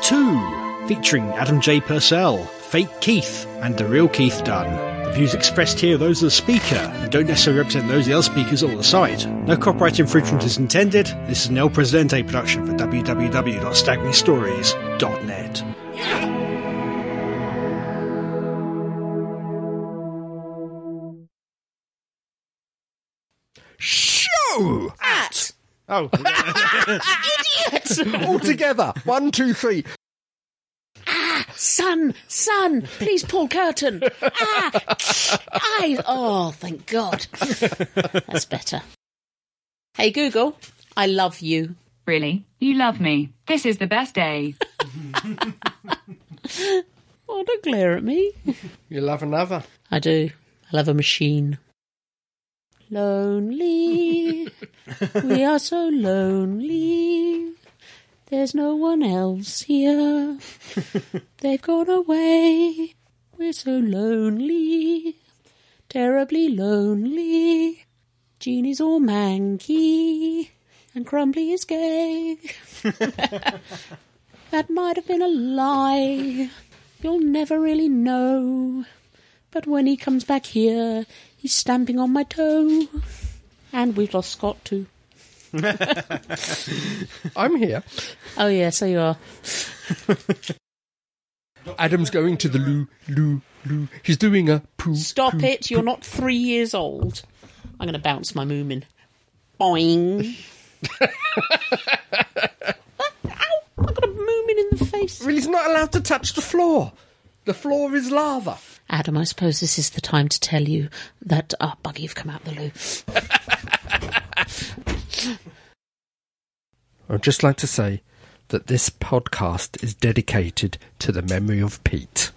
featuring Adam J. Purcell, Fake Keith, and the real Keith Dunn. The views expressed here are those of the speaker and don't necessarily represent those of the other speakers or the site. No copyright infringement is intended. This is an El Presidente production for www.staggeringstories.net. Show At Oh, *laughs* idiot! all together. One, two, three. son, son, please pull curtain. Ah, I, oh, thank God. That's better. Hey, Google, I love you. Really? You love me. This is the best day. Oh, don't glare at me. You love another. I do. I love a machine. Lonely. we are so lonely. There's no one else here. They've gone away. We're so lonely. Terribly lonely. Jeanie's all manky. And Crumbly is gay. that might have been a lie. You'll never really know. But when he comes back here, he's stamping on my toe. And we've lost Scott too. I'm here. Oh yeah, so you are. Adam's going to the loo, loo, loo. He's doing a poo. Stop it, you're not three years old. I'm gonna bounce my moomin. Boing. Ow! I got a moomin in the face. He's not allowed to touch the floor. The floor is lava. Adam, I suppose this is the time to tell you that ah, buggy have come out the loo. I'd just like to say that this podcast is dedicated to the memory of Pete.